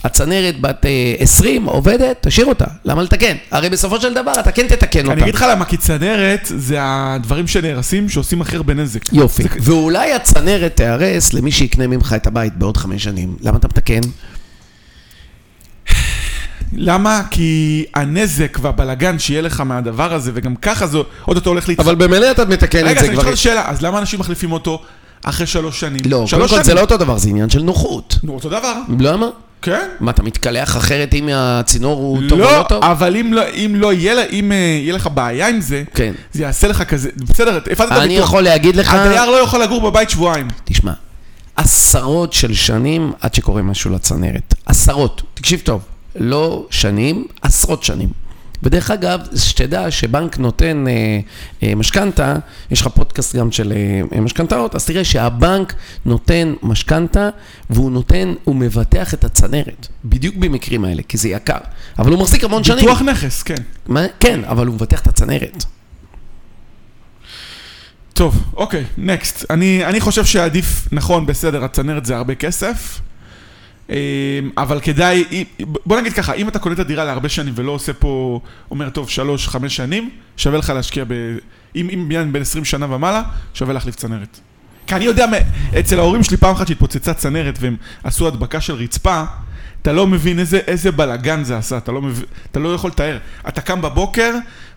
Speaker 2: הצנרת בת אה, 20 עובדת, תשאיר אותה. למה לתקן? הרי בסופו של דבר אתה כן תתקן אותה.
Speaker 1: אני אגיד לך למה, כי צנרת זה הדברים שנהרסים שעושים הכי הרבה נזק.
Speaker 2: יופי. ואולי הצנרת תיהרס למי שיקנה ממך את הבית בעוד חמש שנים. למה אתה מתקן?
Speaker 1: למה? כי הנזק והבלגן שיהיה לך מהדבר הזה, וגם ככה זה אוטוטו הולך להתחלק.
Speaker 2: במילא אתה מתקן
Speaker 1: רגע, אז אני אשאל אותך שאלה, אז למה אנשים מחליפים אותו אחרי שלוש שנים?
Speaker 2: לא, קודם
Speaker 1: שלוש
Speaker 2: כל זה
Speaker 1: שנים.
Speaker 2: לא אותו דבר, זה עניין של נוחות.
Speaker 1: נו, אותו דבר.
Speaker 2: למה?
Speaker 1: כן.
Speaker 2: מה, אתה מתקלח אחרת אם הצינור הוא טוב או
Speaker 1: לא,
Speaker 2: לא טוב?
Speaker 1: אבל אם לא- אם לא יהיה לה- אם, אה, יהיה לך בעיה עם זה,
Speaker 2: כן.
Speaker 1: זה יעשה לך כזה, בסדר, הפעלת את
Speaker 2: אני
Speaker 1: הביטוח.
Speaker 2: יכול להגיד לך...
Speaker 1: הדייר לא יוכל לגור בבית שבועיים.
Speaker 2: תשמע, עשרות של שנים עד שקורה משהו לצנרת. עשרות. תקשיב טוב, לא שנים, עשרות שנים. ודרך אגב, שתדע שבנק נותן אה, אה, משכנתה, יש לך פודקאסט גם של אה, משכנתאות, אז תראה שהבנק נותן משכנתה והוא נותן, הוא מבטח את הצנרת, בדיוק במקרים האלה, כי זה יקר. אבל הוא מחזיק המון שנים.
Speaker 1: ביטוח נכס, כן.
Speaker 2: מה? כן, אבל הוא מבטח את הצנרת.
Speaker 1: טוב, אוקיי, נקסט. אני, אני חושב שעדיף, נכון, בסדר, הצנרת זה הרבה כסף, אמ, אבל כדאי, אי- בוא נגיד ככה, אם אתה קונה את הדירה להרבה שנים ולא עושה פה, אומר, טוב, שלוש, חמש שנים, שווה לך להשקיע ב... אם אם בניין בין 20 שנה ומעלה, שווה להחליף צנרת. כי אני יודע, מ- אצל ההורים שלי פעם אחת שהתפוצצה צנרת והם עשו הדבקה של רצפה, אתה לא מבין איזה, איזה בלאגן זה עשה, אתה לא, מבין, אתה לא יכול לתאר. אתה קם בבוקר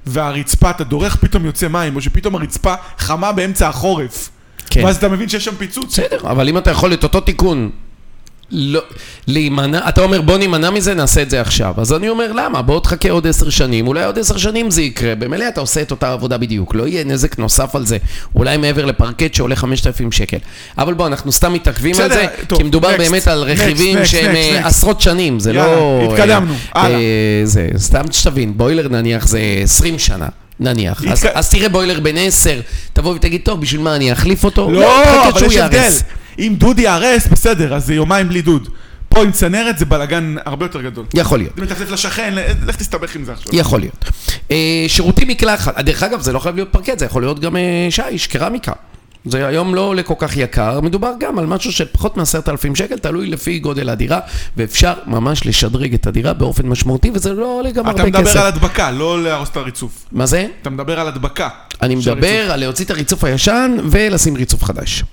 Speaker 1: והרצפה, אתה דורך, פתאום יוצא מים, או שפתאום הרצפה חמה באמצע החורף.
Speaker 2: כן.
Speaker 1: ואז אתה מבין שיש שם פיצוץ.
Speaker 2: בסדר, אבל אם אתה יכול את אותו תיקון לא, להימנע, אתה אומר בוא נימנע מזה, נעשה את זה עכשיו. אז אני אומר למה? בוא תחכה עוד עשר שנים, אולי עוד עשר שנים זה יקרה. במילא אתה עושה את אותה עבודה בדיוק, לא יהיה נזק נוסף על זה. אולי מעבר לפרקט שעולה 5,000 שקל. אבל בוא, אנחנו סתם מתעכבים על
Speaker 1: בסדר,
Speaker 2: זה,
Speaker 1: טוב,
Speaker 2: כי מדובר
Speaker 1: next,
Speaker 2: באמת על
Speaker 1: next,
Speaker 2: רכיבים
Speaker 1: next,
Speaker 2: שהם
Speaker 1: next,
Speaker 2: אה,
Speaker 1: next.
Speaker 2: עשרות שנים, זה
Speaker 1: יאללה,
Speaker 2: לא... אה,
Speaker 1: התקדמנו,
Speaker 2: אה,
Speaker 1: הלאה.
Speaker 2: זה, סתם שתבין, בוילר נניח זה 20 שנה. נניח. אז,
Speaker 1: התק-
Speaker 2: אז תראה בוילר בן 10, תבוא ותגיד, טוב, בשביל מה אני אחליף אותו?
Speaker 1: לא,
Speaker 2: תחכה
Speaker 1: אבל
Speaker 2: שהוא
Speaker 1: יש הבדל.
Speaker 2: ייהרס."
Speaker 1: אם דוד ייהרס, בסדר, אז זה יומיים בלי דוד. פה עם צנרת זה בלאגן הרבה יותר גדול.
Speaker 2: יכול להיות.
Speaker 1: זה מתחתף לשכן, לך תסתבך עם זה עכשיו.
Speaker 2: יכול להיות. אה, שירותים מקלחת, אה, דרך אגב, זה לא חייב להיות פרקט, זה יכול להיות גם אה, שיש, קרמיקה. זה היום לא עולה כל כך יקר, מדובר גם על משהו של פחות מ-10,000 שקל, תלוי לפי גודל הדירה, ואפשר ממש לשדרג את הדירה באופן משמעותי, וזה לא עולה גם
Speaker 1: אתה
Speaker 2: הרבה
Speaker 1: מדבר
Speaker 2: כסף.
Speaker 1: על הדבקה, לא להרוס את הריצוף.
Speaker 2: מה זה?
Speaker 1: אתה מדבר על הדבקה.
Speaker 2: אני
Speaker 1: של הריצוף.
Speaker 2: מדבר על להוציא את הריצוף הישן ולשים ריצוף חדש.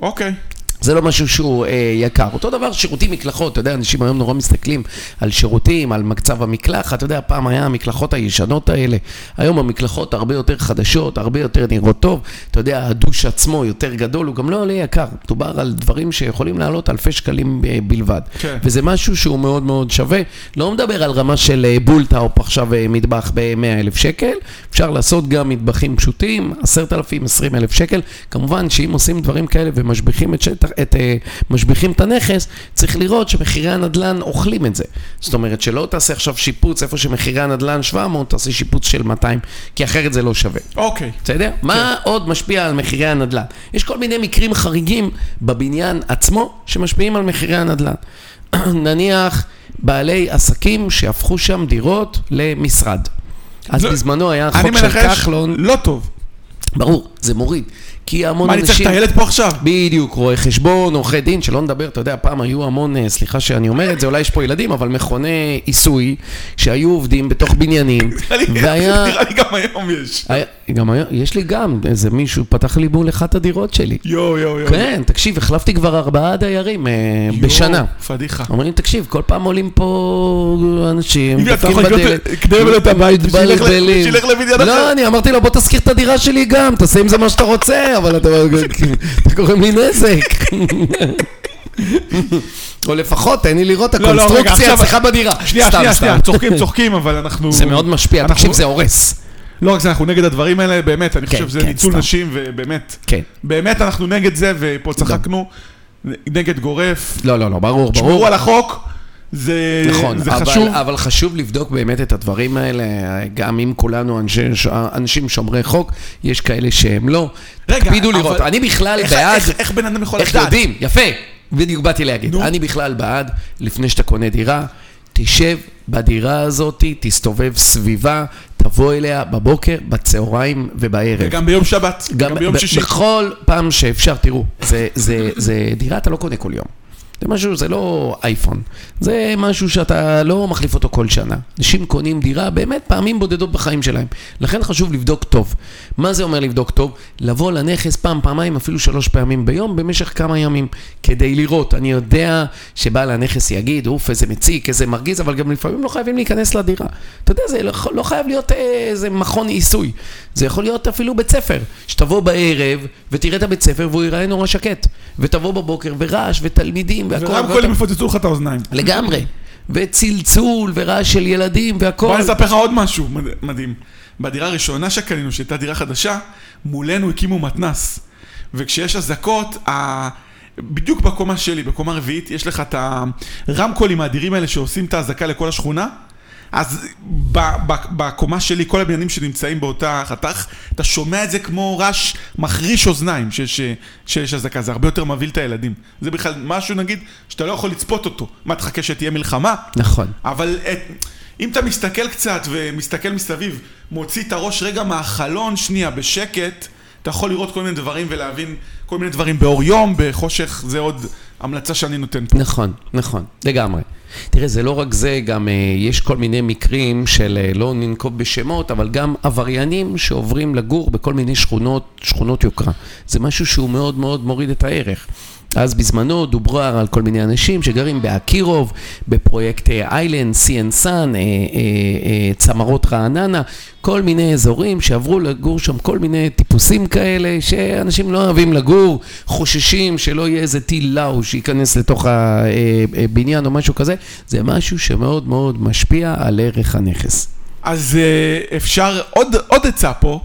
Speaker 1: אוקיי.
Speaker 2: זה לא משהו שהוא אה, יקר. אותו דבר שירותים, מקלחות, אתה יודע, אנשים היום נורא מסתכלים על שירותים, על מקצב המקלחת, אתה יודע, פעם היה המקלחות הישנות האלה, היום המקלחות הרבה יותר חדשות, הרבה יותר נראות טוב, אתה יודע, הדוש עצמו יותר גדול, הוא גם לא עולה יקר, מדובר על דברים שיכולים לעלות אלפי שקלים אה, בלבד.
Speaker 1: כן.
Speaker 2: וזה משהו שהוא מאוד מאוד שווה, לא מדבר על רמה של אה, בולטאופ עכשיו אה, מטבח ב-100 אלף שקל, אפשר לעשות גם מטבחים פשוטים, 10,000, 20 אלף שקל, כמובן שאם עושים דברים כאלה ומשביחים את, שטח, את, אה, משביחים את הנכס, צריך לראות שמחירי הנדלן אוכלים את זה. זאת אומרת שלא תעשה עכשיו שיפוץ איפה שמחירי הנדלן 700, תעשה שיפוץ של 200, כי אחרת זה לא שווה.
Speaker 1: אוקיי.
Speaker 2: בסדר? מה עוד משפיע על מחירי הנדל"ן? יש כל מיני מקרים חריגים בבניין עצמו שמשפיעים על מחירי הנדל"ן. נניח בעלי עסקים שהפכו שם דירות למשרד. אז
Speaker 1: זה-
Speaker 2: בזמנו היה
Speaker 1: לא, אני
Speaker 2: חוק של
Speaker 1: מנחש,
Speaker 2: כחלון,
Speaker 1: לא טוב.
Speaker 2: ברור, זה מוריד. כי המון
Speaker 1: מה,
Speaker 2: אנשים...
Speaker 1: אני צריך את הילד פה עכשיו?
Speaker 2: בדיוק, רואי חשבון, עורכי דין, שלא נדבר, אתה יודע, פעם היו המון, אה, סליחה שאני אומר את זה, אולי יש פה ילדים, אבל מכוני עיסוי, שהיו עובדים בתוך בניינים,
Speaker 1: אני-
Speaker 2: והיה...
Speaker 1: נראה לי גם היום יש.
Speaker 2: היה- גם היה, יש לי גם, איזה מישהו פתח לי מול אחת הדירות שלי.
Speaker 1: יואו, יואו, יואו.
Speaker 2: כן, תקשיב, החלפתי כבר ארבעה דיירים אה,
Speaker 1: יואו,
Speaker 2: בשנה.
Speaker 1: פדיחה.
Speaker 2: אומרים, תקשיב, כל פעם עולים פה אנשים,
Speaker 1: הנה, אתה
Speaker 2: דופקים
Speaker 1: יכול לקנות-
Speaker 2: בדלת,
Speaker 1: כדי לקנות את הבית, בשביל ללכת-
Speaker 2: מתבלבלים.
Speaker 1: בשביל ללכת לבניין אחר.
Speaker 2: לא, אני אמרתי לו, בוא תשכיר את הדירה שלי גם, תעשה עם זה מה שאתה רוצה, אבל אתה אתה גורם לי נזק. או לפחות, תן לי לראות,
Speaker 1: לא, רגע,
Speaker 2: הקונסטרוקציה
Speaker 1: עכשיו-
Speaker 2: אצלך בדירה.
Speaker 1: שנייה,
Speaker 2: סתם,
Speaker 1: שנייה,
Speaker 2: סתם.
Speaker 1: שנייה, צוחקים, צוחקים, אבל אנחנו...
Speaker 2: זה מאוד משפיע,
Speaker 1: אנחנו-
Speaker 2: תקשיב, זה הורס.
Speaker 1: לא רק זה, אנחנו נגד הדברים האלה, באמת, אני
Speaker 2: כן,
Speaker 1: חושב שזה
Speaker 2: כן,
Speaker 1: ניצול
Speaker 2: סתם.
Speaker 1: נשים, ובאמת,
Speaker 2: כן.
Speaker 1: באמת אנחנו נגד זה, ופה צחקנו, נגד גורף,
Speaker 2: לא, לא, לא, ברור, ברור.
Speaker 1: שמרו על החוק, זה
Speaker 2: נכון,
Speaker 1: זה
Speaker 2: אבל,
Speaker 1: חשוב.
Speaker 2: אבל חשוב לבדוק באמת את הדברים האלה, גם אם כולנו אנשי, אנשים שומרי חוק, יש כאלה שהם לא.
Speaker 1: רגע,
Speaker 2: תקפידו
Speaker 1: אבל-
Speaker 2: לראות, אני בכלל
Speaker 1: איך-
Speaker 2: בעד...
Speaker 1: איך- איך בן אדם יכול
Speaker 2: איך
Speaker 1: לדעת?
Speaker 2: יודעים, יפה, בדיוק באתי להגיד.
Speaker 1: נו.
Speaker 2: אני בכלל בעד, לפני שאתה קונה דירה, תשב בדירה הזאת, תסתובב סביבה, תבוא אליה בבוקר, בצהריים ובערב.
Speaker 1: גם ביום שבת, גם ביום
Speaker 2: ב-
Speaker 1: שישי.
Speaker 2: בכל פעם שאפשר, תראו, זה, זה, זה דירה אתה לא קונה כל יום. זה משהו, זה לא אייפון. זה משהו שאתה לא מחליף אותו כל שנה. אנשים קונים דירה באמת פעמים בודדות בחיים שלהם. לכן חשוב לבדוק טוב. מה זה אומר לבדוק טוב? לבוא לנכס פעם, פעמיים, אפילו שלוש פעמים ביום, במשך כמה ימים, כדי לראות. אני יודע שבעל הנכס יגיד, אוף, איזה מציק, איזה מרגיז, אבל גם לפעמים לא חייבים להיכנס לדירה. אתה יודע, זה לא, לא חייב להיות אה, איזה מכון עיסוי. זה יכול להיות אפילו בית ספר, שתבוא בערב ותראה את הבית ספר והוא ייראה נורא שקט. ותבוא בבוקר ורעש ותלמידים והכל. ואתה-
Speaker 1: ורמקולים יפוצצו לך את האוזניים.
Speaker 2: לגמרי. וצלצול ורעש של ילדים והכל.
Speaker 1: בוא אני אספר לך עוד משהו מד- מדהים. בדירה הראשונה שקנינו, שהייתה דירה חדשה, מולנו הקימו מתנס. וכשיש אזעקות, ה... בדיוק בקומה שלי, בקומה רביעית, יש לך את הרמקולים האדירים האלה שעושים את האזעקה לכל השכונה. אז ב- ב- בקומה שלי, כל הבניינים שנמצאים באותה חתך, אתה שומע את זה כמו רעש מחריש אוזניים שיש שיש אזעקה, זה הרבה יותר מבהיל את הילדים. זה בכלל משהו, נגיד, שאתה לא יכול לצפות אותו. מה, תחכה שתהיה מלחמה?
Speaker 2: נכון.
Speaker 1: אבל את, אם אתה מסתכל קצת ומסתכל מסביב, מוציא את הראש רגע מהחלון שנייה בשקט, אתה יכול לראות כל מיני דברים ולהבין כל מיני דברים באור יום, בחושך, זה עוד המלצה שאני נותן פה.
Speaker 2: נכון, נכון, לגמרי. תראה, זה לא רק זה, גם אה, יש כל מיני מקרים של, אה, לא ננקוב בשמות, אבל גם עבריינים שעוברים לגור בכל מיני שכונות, שכונות יוקרה. זה משהו שהוא מאוד מאוד מוריד את הערך. אז בזמנו דוברו על כל מיני אנשים שגרים באקירוב, בפרויקט אה, איילנד, סי אנד סאן, אה, אה, אה, צמרות רעננה, כל מיני אזורים שעברו לגור שם כל מיני טיפוסים כאלה שאנשים לא אוהבים לגור, חוששים שלא יהיה איזה טיל לאו שייכנס לתוך הבניין או משהו כזה, זה משהו שמאוד מאוד משפיע על ערך הנכס.
Speaker 1: אז אה, אפשר, עוד, עוד עצה פה,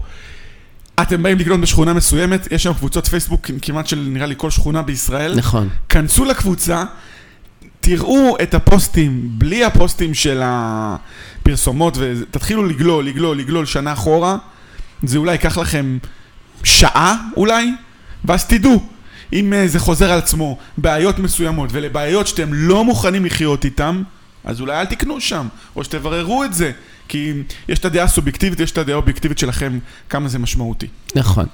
Speaker 1: אתם באים לקנות בשכונה מסוימת, יש שם קבוצות פייסבוק כמעט של נראה לי כל שכונה בישראל.
Speaker 2: נכון.
Speaker 1: כנסו לקבוצה, תראו את הפוסטים בלי הפוסטים של הפרסומות, ותתחילו לגלול, לגלול, לגלול שנה אחורה. זה אולי ייקח לכם שעה אולי, ואז תדעו. אם אה, זה חוזר על עצמו, בעיות מסוימות, ולבעיות שאתם לא מוכנים לחיות איתן, אז אולי אל תקנו שם, או שתבררו את זה, כי יש את הדעה הסובייקטיבית, יש את הדעה האובייקטיבית שלכם, כמה זה משמעותי.
Speaker 2: נכון.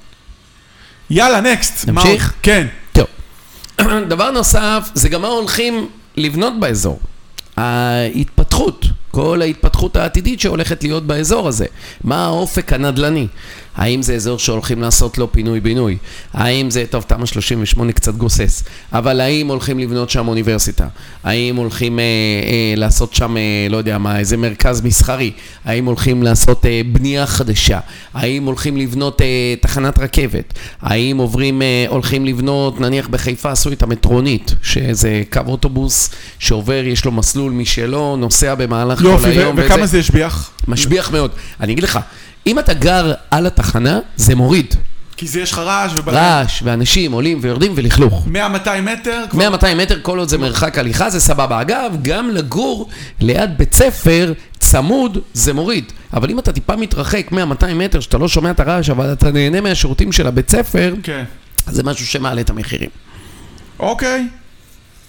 Speaker 1: יאללה, נקסט.
Speaker 2: נמשיך?
Speaker 1: כן.
Speaker 2: טוב. דבר נוסף, זה גם מה הולכים לבנות באזור. ההתפתחות, כל ההתפתחות העתידית שהולכת להיות באזור הזה. מה האופק הנדל"ני? האם זה אזור שהולכים לעשות לו פינוי-בינוי? האם זה, טוב, תמ"א 38 קצת גוסס, אבל האם הולכים לבנות שם אוניברסיטה? האם הולכים אה, אה, לעשות שם, אה, לא יודע מה, איזה מרכז מסחרי? האם הולכים לעשות אה, בנייה חדשה? האם הולכים לבנות אה, תחנת רכבת? האם עוברים, אה, הולכים לבנות, נניח בחיפה עשו את המטרונית, שזה קו אוטובוס שעובר, יש לו מסלול משלו, נוסע במהלך כל
Speaker 1: יופי, ו-
Speaker 2: היום.
Speaker 1: וכמה זה השביח?
Speaker 2: משביח מאוד. אני אגיד לך, אם אתה גר על התחנה, זה מוריד.
Speaker 1: כי זה יש לך רעש ובלגן.
Speaker 2: רעש, ואנשים עולים ויורדים ולכלוך.
Speaker 1: 100-200 מטר, כבר
Speaker 2: 100-200 מטר, כל עוד זה מרחק הליכה, זה סבבה. אגב, גם לגור ליד בית ספר צמוד, זה מוריד. אבל אם אתה טיפה מתרחק 100-200 מטר, שאתה לא שומע את הרעש, אבל אתה נהנה מהשירותים של הבית ספר,
Speaker 1: כן.
Speaker 2: אז זה משהו שמעלה את המחירים.
Speaker 1: אוקיי,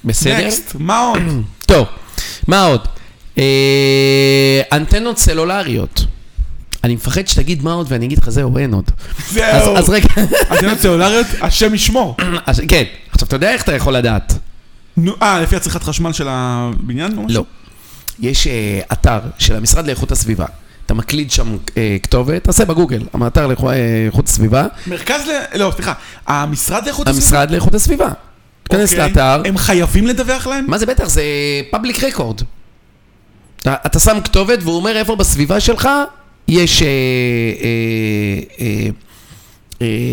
Speaker 2: בסדר?
Speaker 1: נקסט, מה עוד?
Speaker 2: טוב, מה עוד? אה, אנטנות סלולריות. אני מפחד שתגיד מה עוד ואני אגיד לך זהו, אין עוד.
Speaker 1: זהו.
Speaker 2: אז, אז רגע,
Speaker 1: אנטנות סלולריות, השם ישמור.
Speaker 2: אז, כן. עכשיו, אתה יודע איך אתה יכול לדעת?
Speaker 1: נו, אה, לפי הצריכת חשמל של הבניין? או משהו?
Speaker 2: לא. יש אה, אתר של המשרד לאיכות הסביבה. אתה מקליד שם אה, כתובת, תעשה בגוגל, האתר לאיכות אה, איכות הסביבה,
Speaker 1: מרכז ל... לא, סליחה. המשרד לאיכות הסביבה?
Speaker 2: המשרד לאיכות הסביבה. תיכנס
Speaker 1: אוקיי.
Speaker 2: לאתר,
Speaker 1: הם חייבים לדווח להם?
Speaker 2: מה זה בטח? זה פאבליק רקורד. אתה, אתה שם כתובת והוא אומר איפה בסביבה שלך יש אה, אה, אה,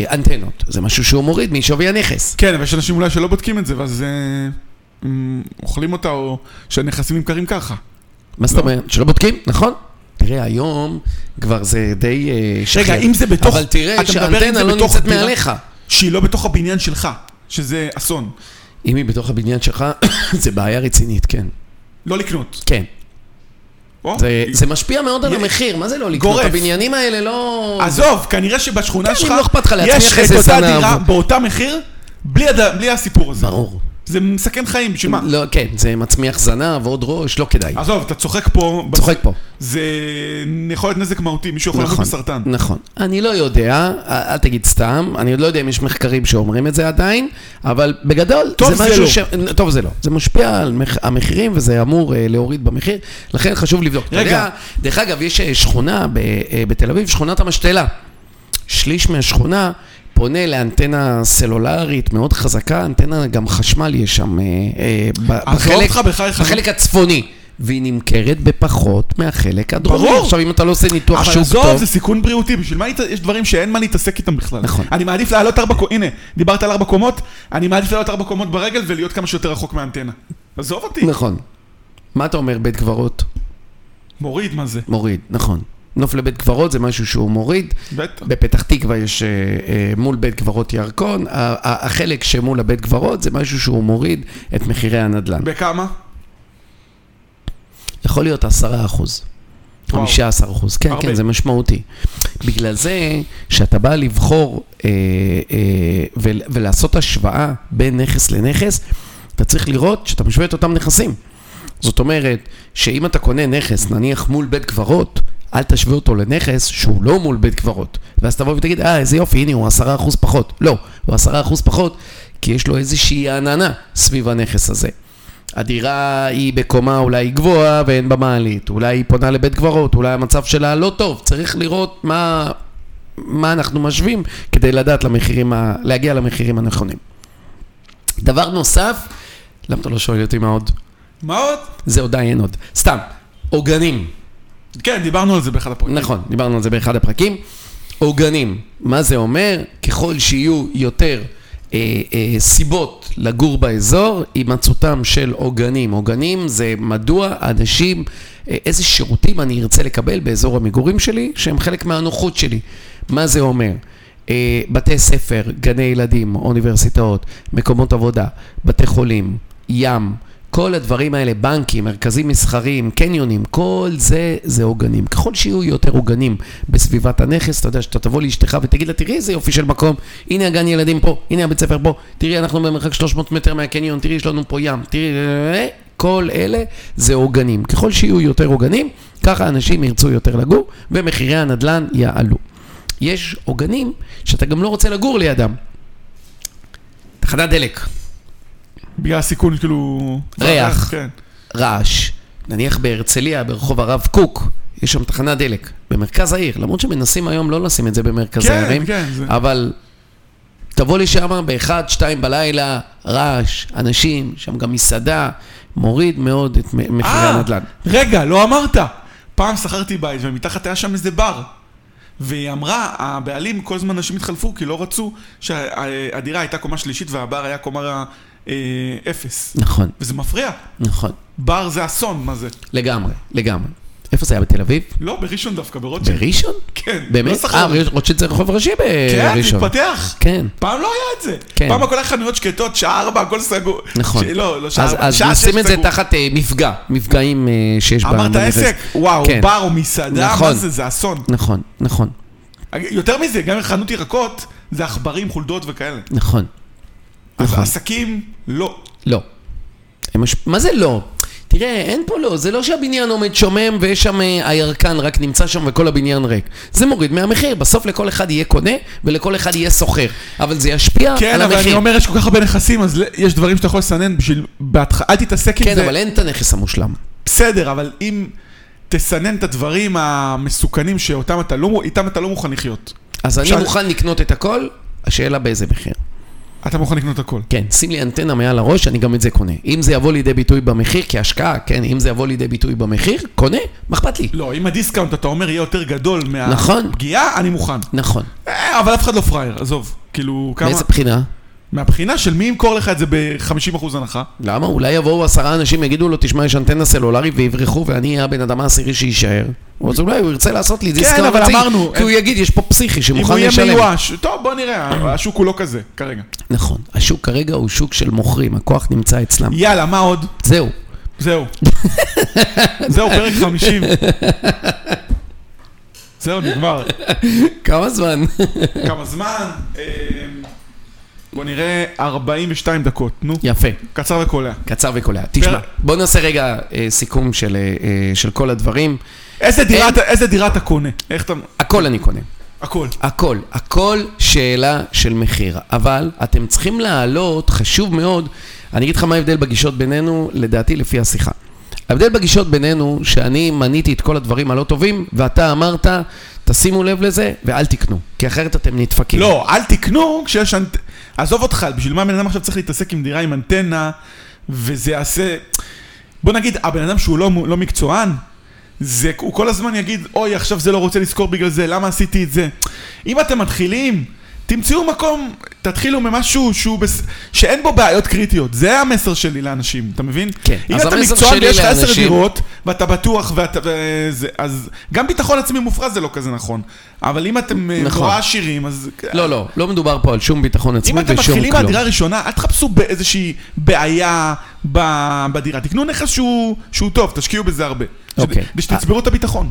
Speaker 2: אה, אנטנות. זה משהו שהוא מוריד משווי הנכס.
Speaker 1: כן, אבל יש אנשים אולי שלא בודקים את זה, ואז אה, הם אוכלים אותה, או שהנכסים נמכרים ככה.
Speaker 2: מה
Speaker 1: לא.
Speaker 2: זאת אומרת? שלא בודקים, נכון? תראה, היום כבר זה די אה, שכיח.
Speaker 1: רגע, אם זה בתוך...
Speaker 2: אבל
Speaker 1: אתה
Speaker 2: תראה
Speaker 1: מדבר אם זה
Speaker 2: שהאנטנה לא
Speaker 1: בתוך
Speaker 2: נמצאת
Speaker 1: דירה
Speaker 2: מעליך.
Speaker 1: שהיא לא בתוך הבניין שלך, שזה אסון.
Speaker 2: אם היא בתוך הבניין שלך, זה בעיה רצינית, כן.
Speaker 1: לא לקנות.
Speaker 2: כן.
Speaker 1: או?
Speaker 2: זה, זה משפיע מאוד על
Speaker 1: יה-
Speaker 2: המחיר, מה זה לא לקנות?
Speaker 1: גורף.
Speaker 2: הבניינים האלה לא...
Speaker 1: עזוב, כנראה שבשכונה
Speaker 2: כן,
Speaker 1: שלך,
Speaker 2: אם לא אכפת לך להצמיח
Speaker 1: יש את
Speaker 2: איזה
Speaker 1: אותה
Speaker 2: זנב.
Speaker 1: דירה באותה מחיר, בלי, הד... בלי הסיפור הזה.
Speaker 2: ברור.
Speaker 1: זה מסכן חיים, בשביל מה?
Speaker 2: לא, כן, זה מצמיח זנב, עוד ראש, לא כדאי.
Speaker 1: עזוב, אתה צוחק פה, בס-
Speaker 2: צוחק פה.
Speaker 1: זה יכול להיות נזק מהותי, מישהו יכול למות בסרטן.
Speaker 2: נכון. אני לא יודע, אל אל תגיד סתם, אני עוד לא יודע אם יש מחקרים שאומרים את זה עדיין, אבל בגדול,
Speaker 1: טוב זה
Speaker 2: משהו
Speaker 1: לא.
Speaker 2: ש... טוב זה לא. זה משפיע על מח... המחירים וזה אמור אה, להוריד במחיר, לכן חשוב לבדוק. אתה
Speaker 1: רגע.
Speaker 2: יודע, דרך אגב, יש אה, שכונה ב... אה, בתל אביב, שכונת המשתלה. שליש מהשכונה פונה לאנטנה סלולרית מאוד חזקה, אנטנה גם חשמל יש שם, אה, אה, ב-
Speaker 1: עזוב לא אותך בחייך.
Speaker 2: בחלק הצפוני. והיא נמכרת בפחות מהחלק הדרומי.
Speaker 1: ברור.
Speaker 2: עכשיו, אם אתה לא עושה ניתוח שוק
Speaker 1: אבל
Speaker 2: טוב...
Speaker 1: עזוב, אה, זה סיכון בריאותי, בשביל מה הת- יש דברים שאין מה להתעסק איתם בכלל.
Speaker 2: נכון.
Speaker 1: אני מעדיף לעלות ארבע קומות, הנה, דיברת על ארבע קומות, אני מעדיף לעלות ארבע קומות ברגל ולהיות כמה שיותר רחוק מהאנטנה. עזוב אותי,
Speaker 2: נכון. מה אתה אומר בית קברות?
Speaker 1: מוריד מה זה,
Speaker 2: מוריד, נכון. נוף לבית קברות זה משהו שהוא מוריד.
Speaker 1: בטח.
Speaker 2: בפתח תקווה יש אה, אה, מול בית קברות ירקון, ה- ה- החלק שמול הבית קברות זה משהו שהוא מוריד את מחירי הנדל"ן.
Speaker 1: בכמה?
Speaker 2: יכול להיות 10 אחוז.
Speaker 1: וואו.
Speaker 2: 15 אחוז, כן,
Speaker 1: הרבה.
Speaker 2: כן, זה משמעותי. בגלל זה, כשאתה בא לבחור אה, אה, ול, ולעשות השוואה בין נכס לנכס, אתה צריך לראות שאתה משווה את אותם נכסים. זאת אומרת, שאם אתה קונה נכס, נניח מול בית קברות, אל תשווה אותו לנכס שהוא לא מול בית קברות. ואז תבוא ותגיד, אה, איזה יופי, הנה, הוא עשרה אחוז פחות. לא, הוא עשרה אחוז פחות, כי יש לו איזושהי עננה סביב הנכס הזה. הדירה היא בקומה אולי גבוהה ואין בה מעלית, אולי היא פונה לבית קברות, אולי המצב שלה לא טוב, צריך לראות מה, מה אנחנו משווים כדי לדעת למחירים, ה- להגיע למחירים הנכונים. דבר נוסף, למה אתה לא שואל אותי מה עוד?
Speaker 1: מה עוד?
Speaker 2: זה עוד אין עוד. סתם, עוגנים.
Speaker 1: כן, דיברנו על זה באחד הפרקים.
Speaker 2: נכון, דיברנו על זה באחד הפרקים. עוגנים, מה זה אומר? ככל שיהיו יותר אה, אה, סיבות לגור באזור, הימצאותם של עוגנים. עוגנים זה מדוע אנשים, אה, איזה שירותים אני ארצה לקבל באזור המגורים שלי, שהם חלק מהנוחות שלי. מה זה אומר? אה, בתי ספר, גני ילדים, אוניברסיטאות, מקומות עבודה, בתי חולים, ים, כל הדברים האלה, בנקים, מרכזים מסחריים, קניונים, כל זה, זה עוגנים. ככל שיהיו יותר עוגנים בסביבת הנכס, אתה יודע שאתה תבוא לאשתך ותגיד לה, תראי איזה יופי של מקום, הנה הגן ילדים פה, הנה הבית ספר פה, תראי, אנחנו במרחק 300 מטר מהקניון, תראי, יש לנו פה ים, תראי, אה, כל אלה זה עוגנים. ככל שיהיו יותר עוגנים, ככה אנשים ירצו יותר לגור, ומחירי הנדלן יעלו. יש עוגנים שאתה גם לא רוצה לגור לידם. תחנת דלק,
Speaker 1: בגלל הסיכון, כאילו...
Speaker 2: ריח.
Speaker 1: כן.
Speaker 2: רעש. נניח בהרצליה, ברחוב הרב קוק, יש שם תחנת דלק, במרכז העיר, למרות שמנסים היום לא לשים את זה במרכז
Speaker 1: כן,
Speaker 2: הערים,
Speaker 1: כן, זה-
Speaker 2: אבל תבוא לשם באחד, שתיים בלילה, רעש, אנשים, שם גם מסעדה, מוריד מאוד את מ- מחירי
Speaker 1: אה,
Speaker 2: הנדל"ן.
Speaker 1: רגע, לא אמרת. פעם שכרתי בית ומתחת היה שם איזה בר. והיא אמרה, הבעלים, כל הזמן אנשים התחלפו כי לא רצו שהדירה הייתה קומה שלישית והבר היה קומה אה, אפס.
Speaker 2: נכון,
Speaker 1: וזה מפריע.
Speaker 2: נכון,
Speaker 1: בר זה אסון, מה זה?
Speaker 2: לגמרי, לגמרי. איפה זה היה, בתל אביב?
Speaker 1: לא, בראשון דווקא, ברוטשילד.
Speaker 2: בראשון?
Speaker 1: כן, לא
Speaker 2: באמת?
Speaker 1: שכרנו.
Speaker 2: אה, רוטשילד זה רחוב ראשי
Speaker 1: כן,
Speaker 2: בראשון.
Speaker 1: תתפתח.
Speaker 2: כן.
Speaker 1: פעם לא היה את זה.
Speaker 2: כן.
Speaker 1: פעם הכל היה חנויות שקטות, שעה ארבע, הכל סגור.
Speaker 2: נכון.
Speaker 1: ש- לא, לא שעה
Speaker 2: אז,
Speaker 1: ארבע,
Speaker 2: אז
Speaker 1: שעה
Speaker 2: נשים
Speaker 1: שש
Speaker 2: את זה
Speaker 1: סגור.
Speaker 2: תחת אה, מפגע, מפגעים אה, שיש
Speaker 1: אמרת
Speaker 2: בנכס.
Speaker 1: עסק, וואו,
Speaker 2: כן.
Speaker 1: בר או מסעדה, מה
Speaker 2: נכון.
Speaker 1: זה, זה אסון.
Speaker 2: נכון, נכון,
Speaker 1: יותר מזה, גם חנות ירקות, זה עכברים, חולדות וכאלה.
Speaker 2: נכון.
Speaker 1: אז
Speaker 2: נכון.
Speaker 1: עסקים, לא.
Speaker 2: לא. הם מש... מה זה לא? תראה, אין פה לא, זה לא שהבניין עומד שומם ויש שם אה, הירקן רק נמצא שם וכל הבניין ריק. זה מוריד מהמחיר, בסוף לכל אחד יהיה קונה ולכל אחד יהיה סוחר, אבל זה ישפיע
Speaker 1: כן,
Speaker 2: על
Speaker 1: אבל
Speaker 2: המחיר.
Speaker 1: אני אומר, יש כל כך הרבה נכסים, אז ל- יש דברים שאתה יכול לסנן בשביל... בהתח- אל תתעסק עם
Speaker 2: כן,
Speaker 1: זה.
Speaker 2: אבל אין את הנכס המושלם.
Speaker 1: בסדר, אבל אם תסנן את הדברים המסוכנים שאיתם אתה לא, מ- איתם אתה לא מוכן לחיות.
Speaker 2: אז אני
Speaker 1: אפשר-
Speaker 2: מוכן לקנות את הכל, השאלה באיזה מחיר.
Speaker 1: אתה מוכן לקנות הכל.
Speaker 2: כן, שים לי אנטנה מעל הראש, אני גם את זה קונה. אם זה יבוא לידי ביטוי במחיר, כהשקעה, כן, אם זה יבוא לידי ביטוי במחיר, קונה, מה אכפת לי?
Speaker 1: לא, אם הדיסקאונט, אתה אומר, יהיה יותר גדול
Speaker 2: נכון.
Speaker 1: מהפגיעה, אני מוכן.
Speaker 2: נכון.
Speaker 1: אה, אבל אף אחד לא פראייר, עזוב. כאילו, כמה...
Speaker 2: מאיזה בחינה?
Speaker 1: מהבחינה של מי ימכור לך את זה ב-50% הנחה?
Speaker 2: למה? אולי יבואו עשרה אנשים, יגידו לו, תשמע, יש אנטנה סלולרית ויברחו, ואני אהיה הבן אדם העשירי שיישאר. אז אולי הוא ירצה לעשות לי דיסקאונט.
Speaker 1: כן, אבל
Speaker 2: רציני,
Speaker 1: אמרנו,
Speaker 2: כי הוא יגיד, יש פה פסיכי
Speaker 1: אם
Speaker 2: שמוכן
Speaker 1: הוא יהיה
Speaker 2: לשלם.
Speaker 1: מיואש, טוב, בוא נראה, השוק הוא לא כזה, כרגע.
Speaker 2: נכון. השוק כרגע הוא שוק של מוכרים, הכוח נמצא אצלם.
Speaker 1: יאללה, מה עוד?
Speaker 2: זהו.
Speaker 1: זהו. זהו, פרק 50. זהו, נגמר.
Speaker 2: כמה זמן?
Speaker 1: כמה זמן? אמ, בוא נראה, 42 דקות, נו.
Speaker 2: יפה.
Speaker 1: קצר וקולע.
Speaker 2: קצר וקולע. תשמע, בוא נעשה רגע אה, סיכום של, אה, אה, של כל הדברים.
Speaker 1: איזה דירה אתה- איזה דירה אתה קונה? איך אתה...
Speaker 2: הכל אני קונה.
Speaker 1: הכל.
Speaker 2: הכל, הכל שאלה של מחיר, אבל אתם צריכים להעלות, חשוב מאוד, אני אגיד לך מה ההבדל בגישות בינינו, לדעתי לפי השיחה. ההבדל בגישות בינינו, שאני מניתי את כל הדברים הלא טובים, ואתה אמרת, תשימו לב לזה ואל תקנו, כי אחרת אתם נדפקים.
Speaker 1: לא, אל תקנו כשיש אנט... עזוב אותך, בשביל מה הבן אדם עכשיו צריך להתעסק עם דירה עם אנטנה, וזה יעשה... בוא נגיד, הבן אדם שהוא לא, לא מקצוען, זה, הוא כל הזמן יגיד, אוי, עכשיו זה לא רוצה לזכור בגלל זה, למה עשיתי את זה? אם אתם מתחילים, תמצאו מקום, תתחילו ממשהו שהוא בס... שאין בו בעיות קריטיות. זה המסר שלי לאנשים, אתה מבין?
Speaker 2: כן,
Speaker 1: אם
Speaker 2: אז
Speaker 1: אתה
Speaker 2: המסר
Speaker 1: מקצוען
Speaker 2: שלי
Speaker 1: ויש לך עשר
Speaker 2: לאנשים-
Speaker 1: דירות, ואתה בטוח, ואתה... וזה, אז גם ביטחון עצמי מופרז זה לא כזה נכון. אבל אם אתם אה,
Speaker 2: נכון.
Speaker 1: נורא עשירים, אז...
Speaker 2: לא, לא, לא מדובר פה על שום ביטחון
Speaker 1: אם
Speaker 2: עצמי
Speaker 1: אתם
Speaker 2: ושום כלום.
Speaker 1: מתחילים מהדירה הראשונה, אל תחפשו באיזושהי בעיה ב- בדירה. תקנו נכס שהוא, שהוא טוב, תשקיעו בזה הרבה. ש-
Speaker 2: אוקיי.
Speaker 1: כדי שתצברו את הביטחון.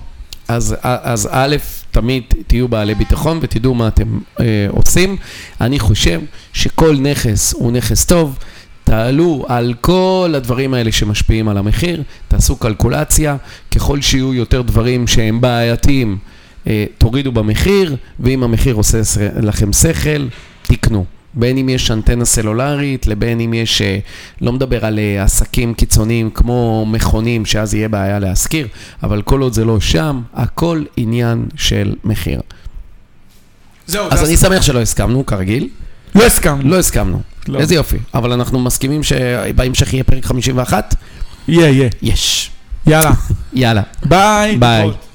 Speaker 2: אז, אז א', תמיד תהיו בעלי ביטחון ותדעו מה אתם אה, עושים. אני חושב שכל נכס הוא נכס טוב. תעלו על כל הדברים האלה שמשפיעים על המחיר, תעשו קלקולציה, ככל שיהיו יותר דברים שהם בעייתיים, אה, תורידו במחיר, ואם המחיר עושה ס- לכם שכל, תקנו. בין אם יש אנטנה סלולרית, לבין אם יש, אה, לא מדבר על אה, עסקים קיצוניים כמו מכונים, שאז יהיה בעיה להשכיר, אבל כל עוד זה לא שם, הכל עניין של מחיר.
Speaker 1: זהו,
Speaker 2: אז
Speaker 1: זה
Speaker 2: אני שמח שלא הסכמנו, כרגיל.
Speaker 1: לא הסכמנו.
Speaker 2: לא הסכמנו.
Speaker 1: לא.
Speaker 2: איזה יופי. אבל אנחנו מסכימים שבהמשך יהיה פרק 51?
Speaker 1: יהיה, יהיה.
Speaker 2: יש.
Speaker 1: יאללה.
Speaker 2: יאללה.
Speaker 1: ביי.
Speaker 2: ביי.
Speaker 1: להתראות.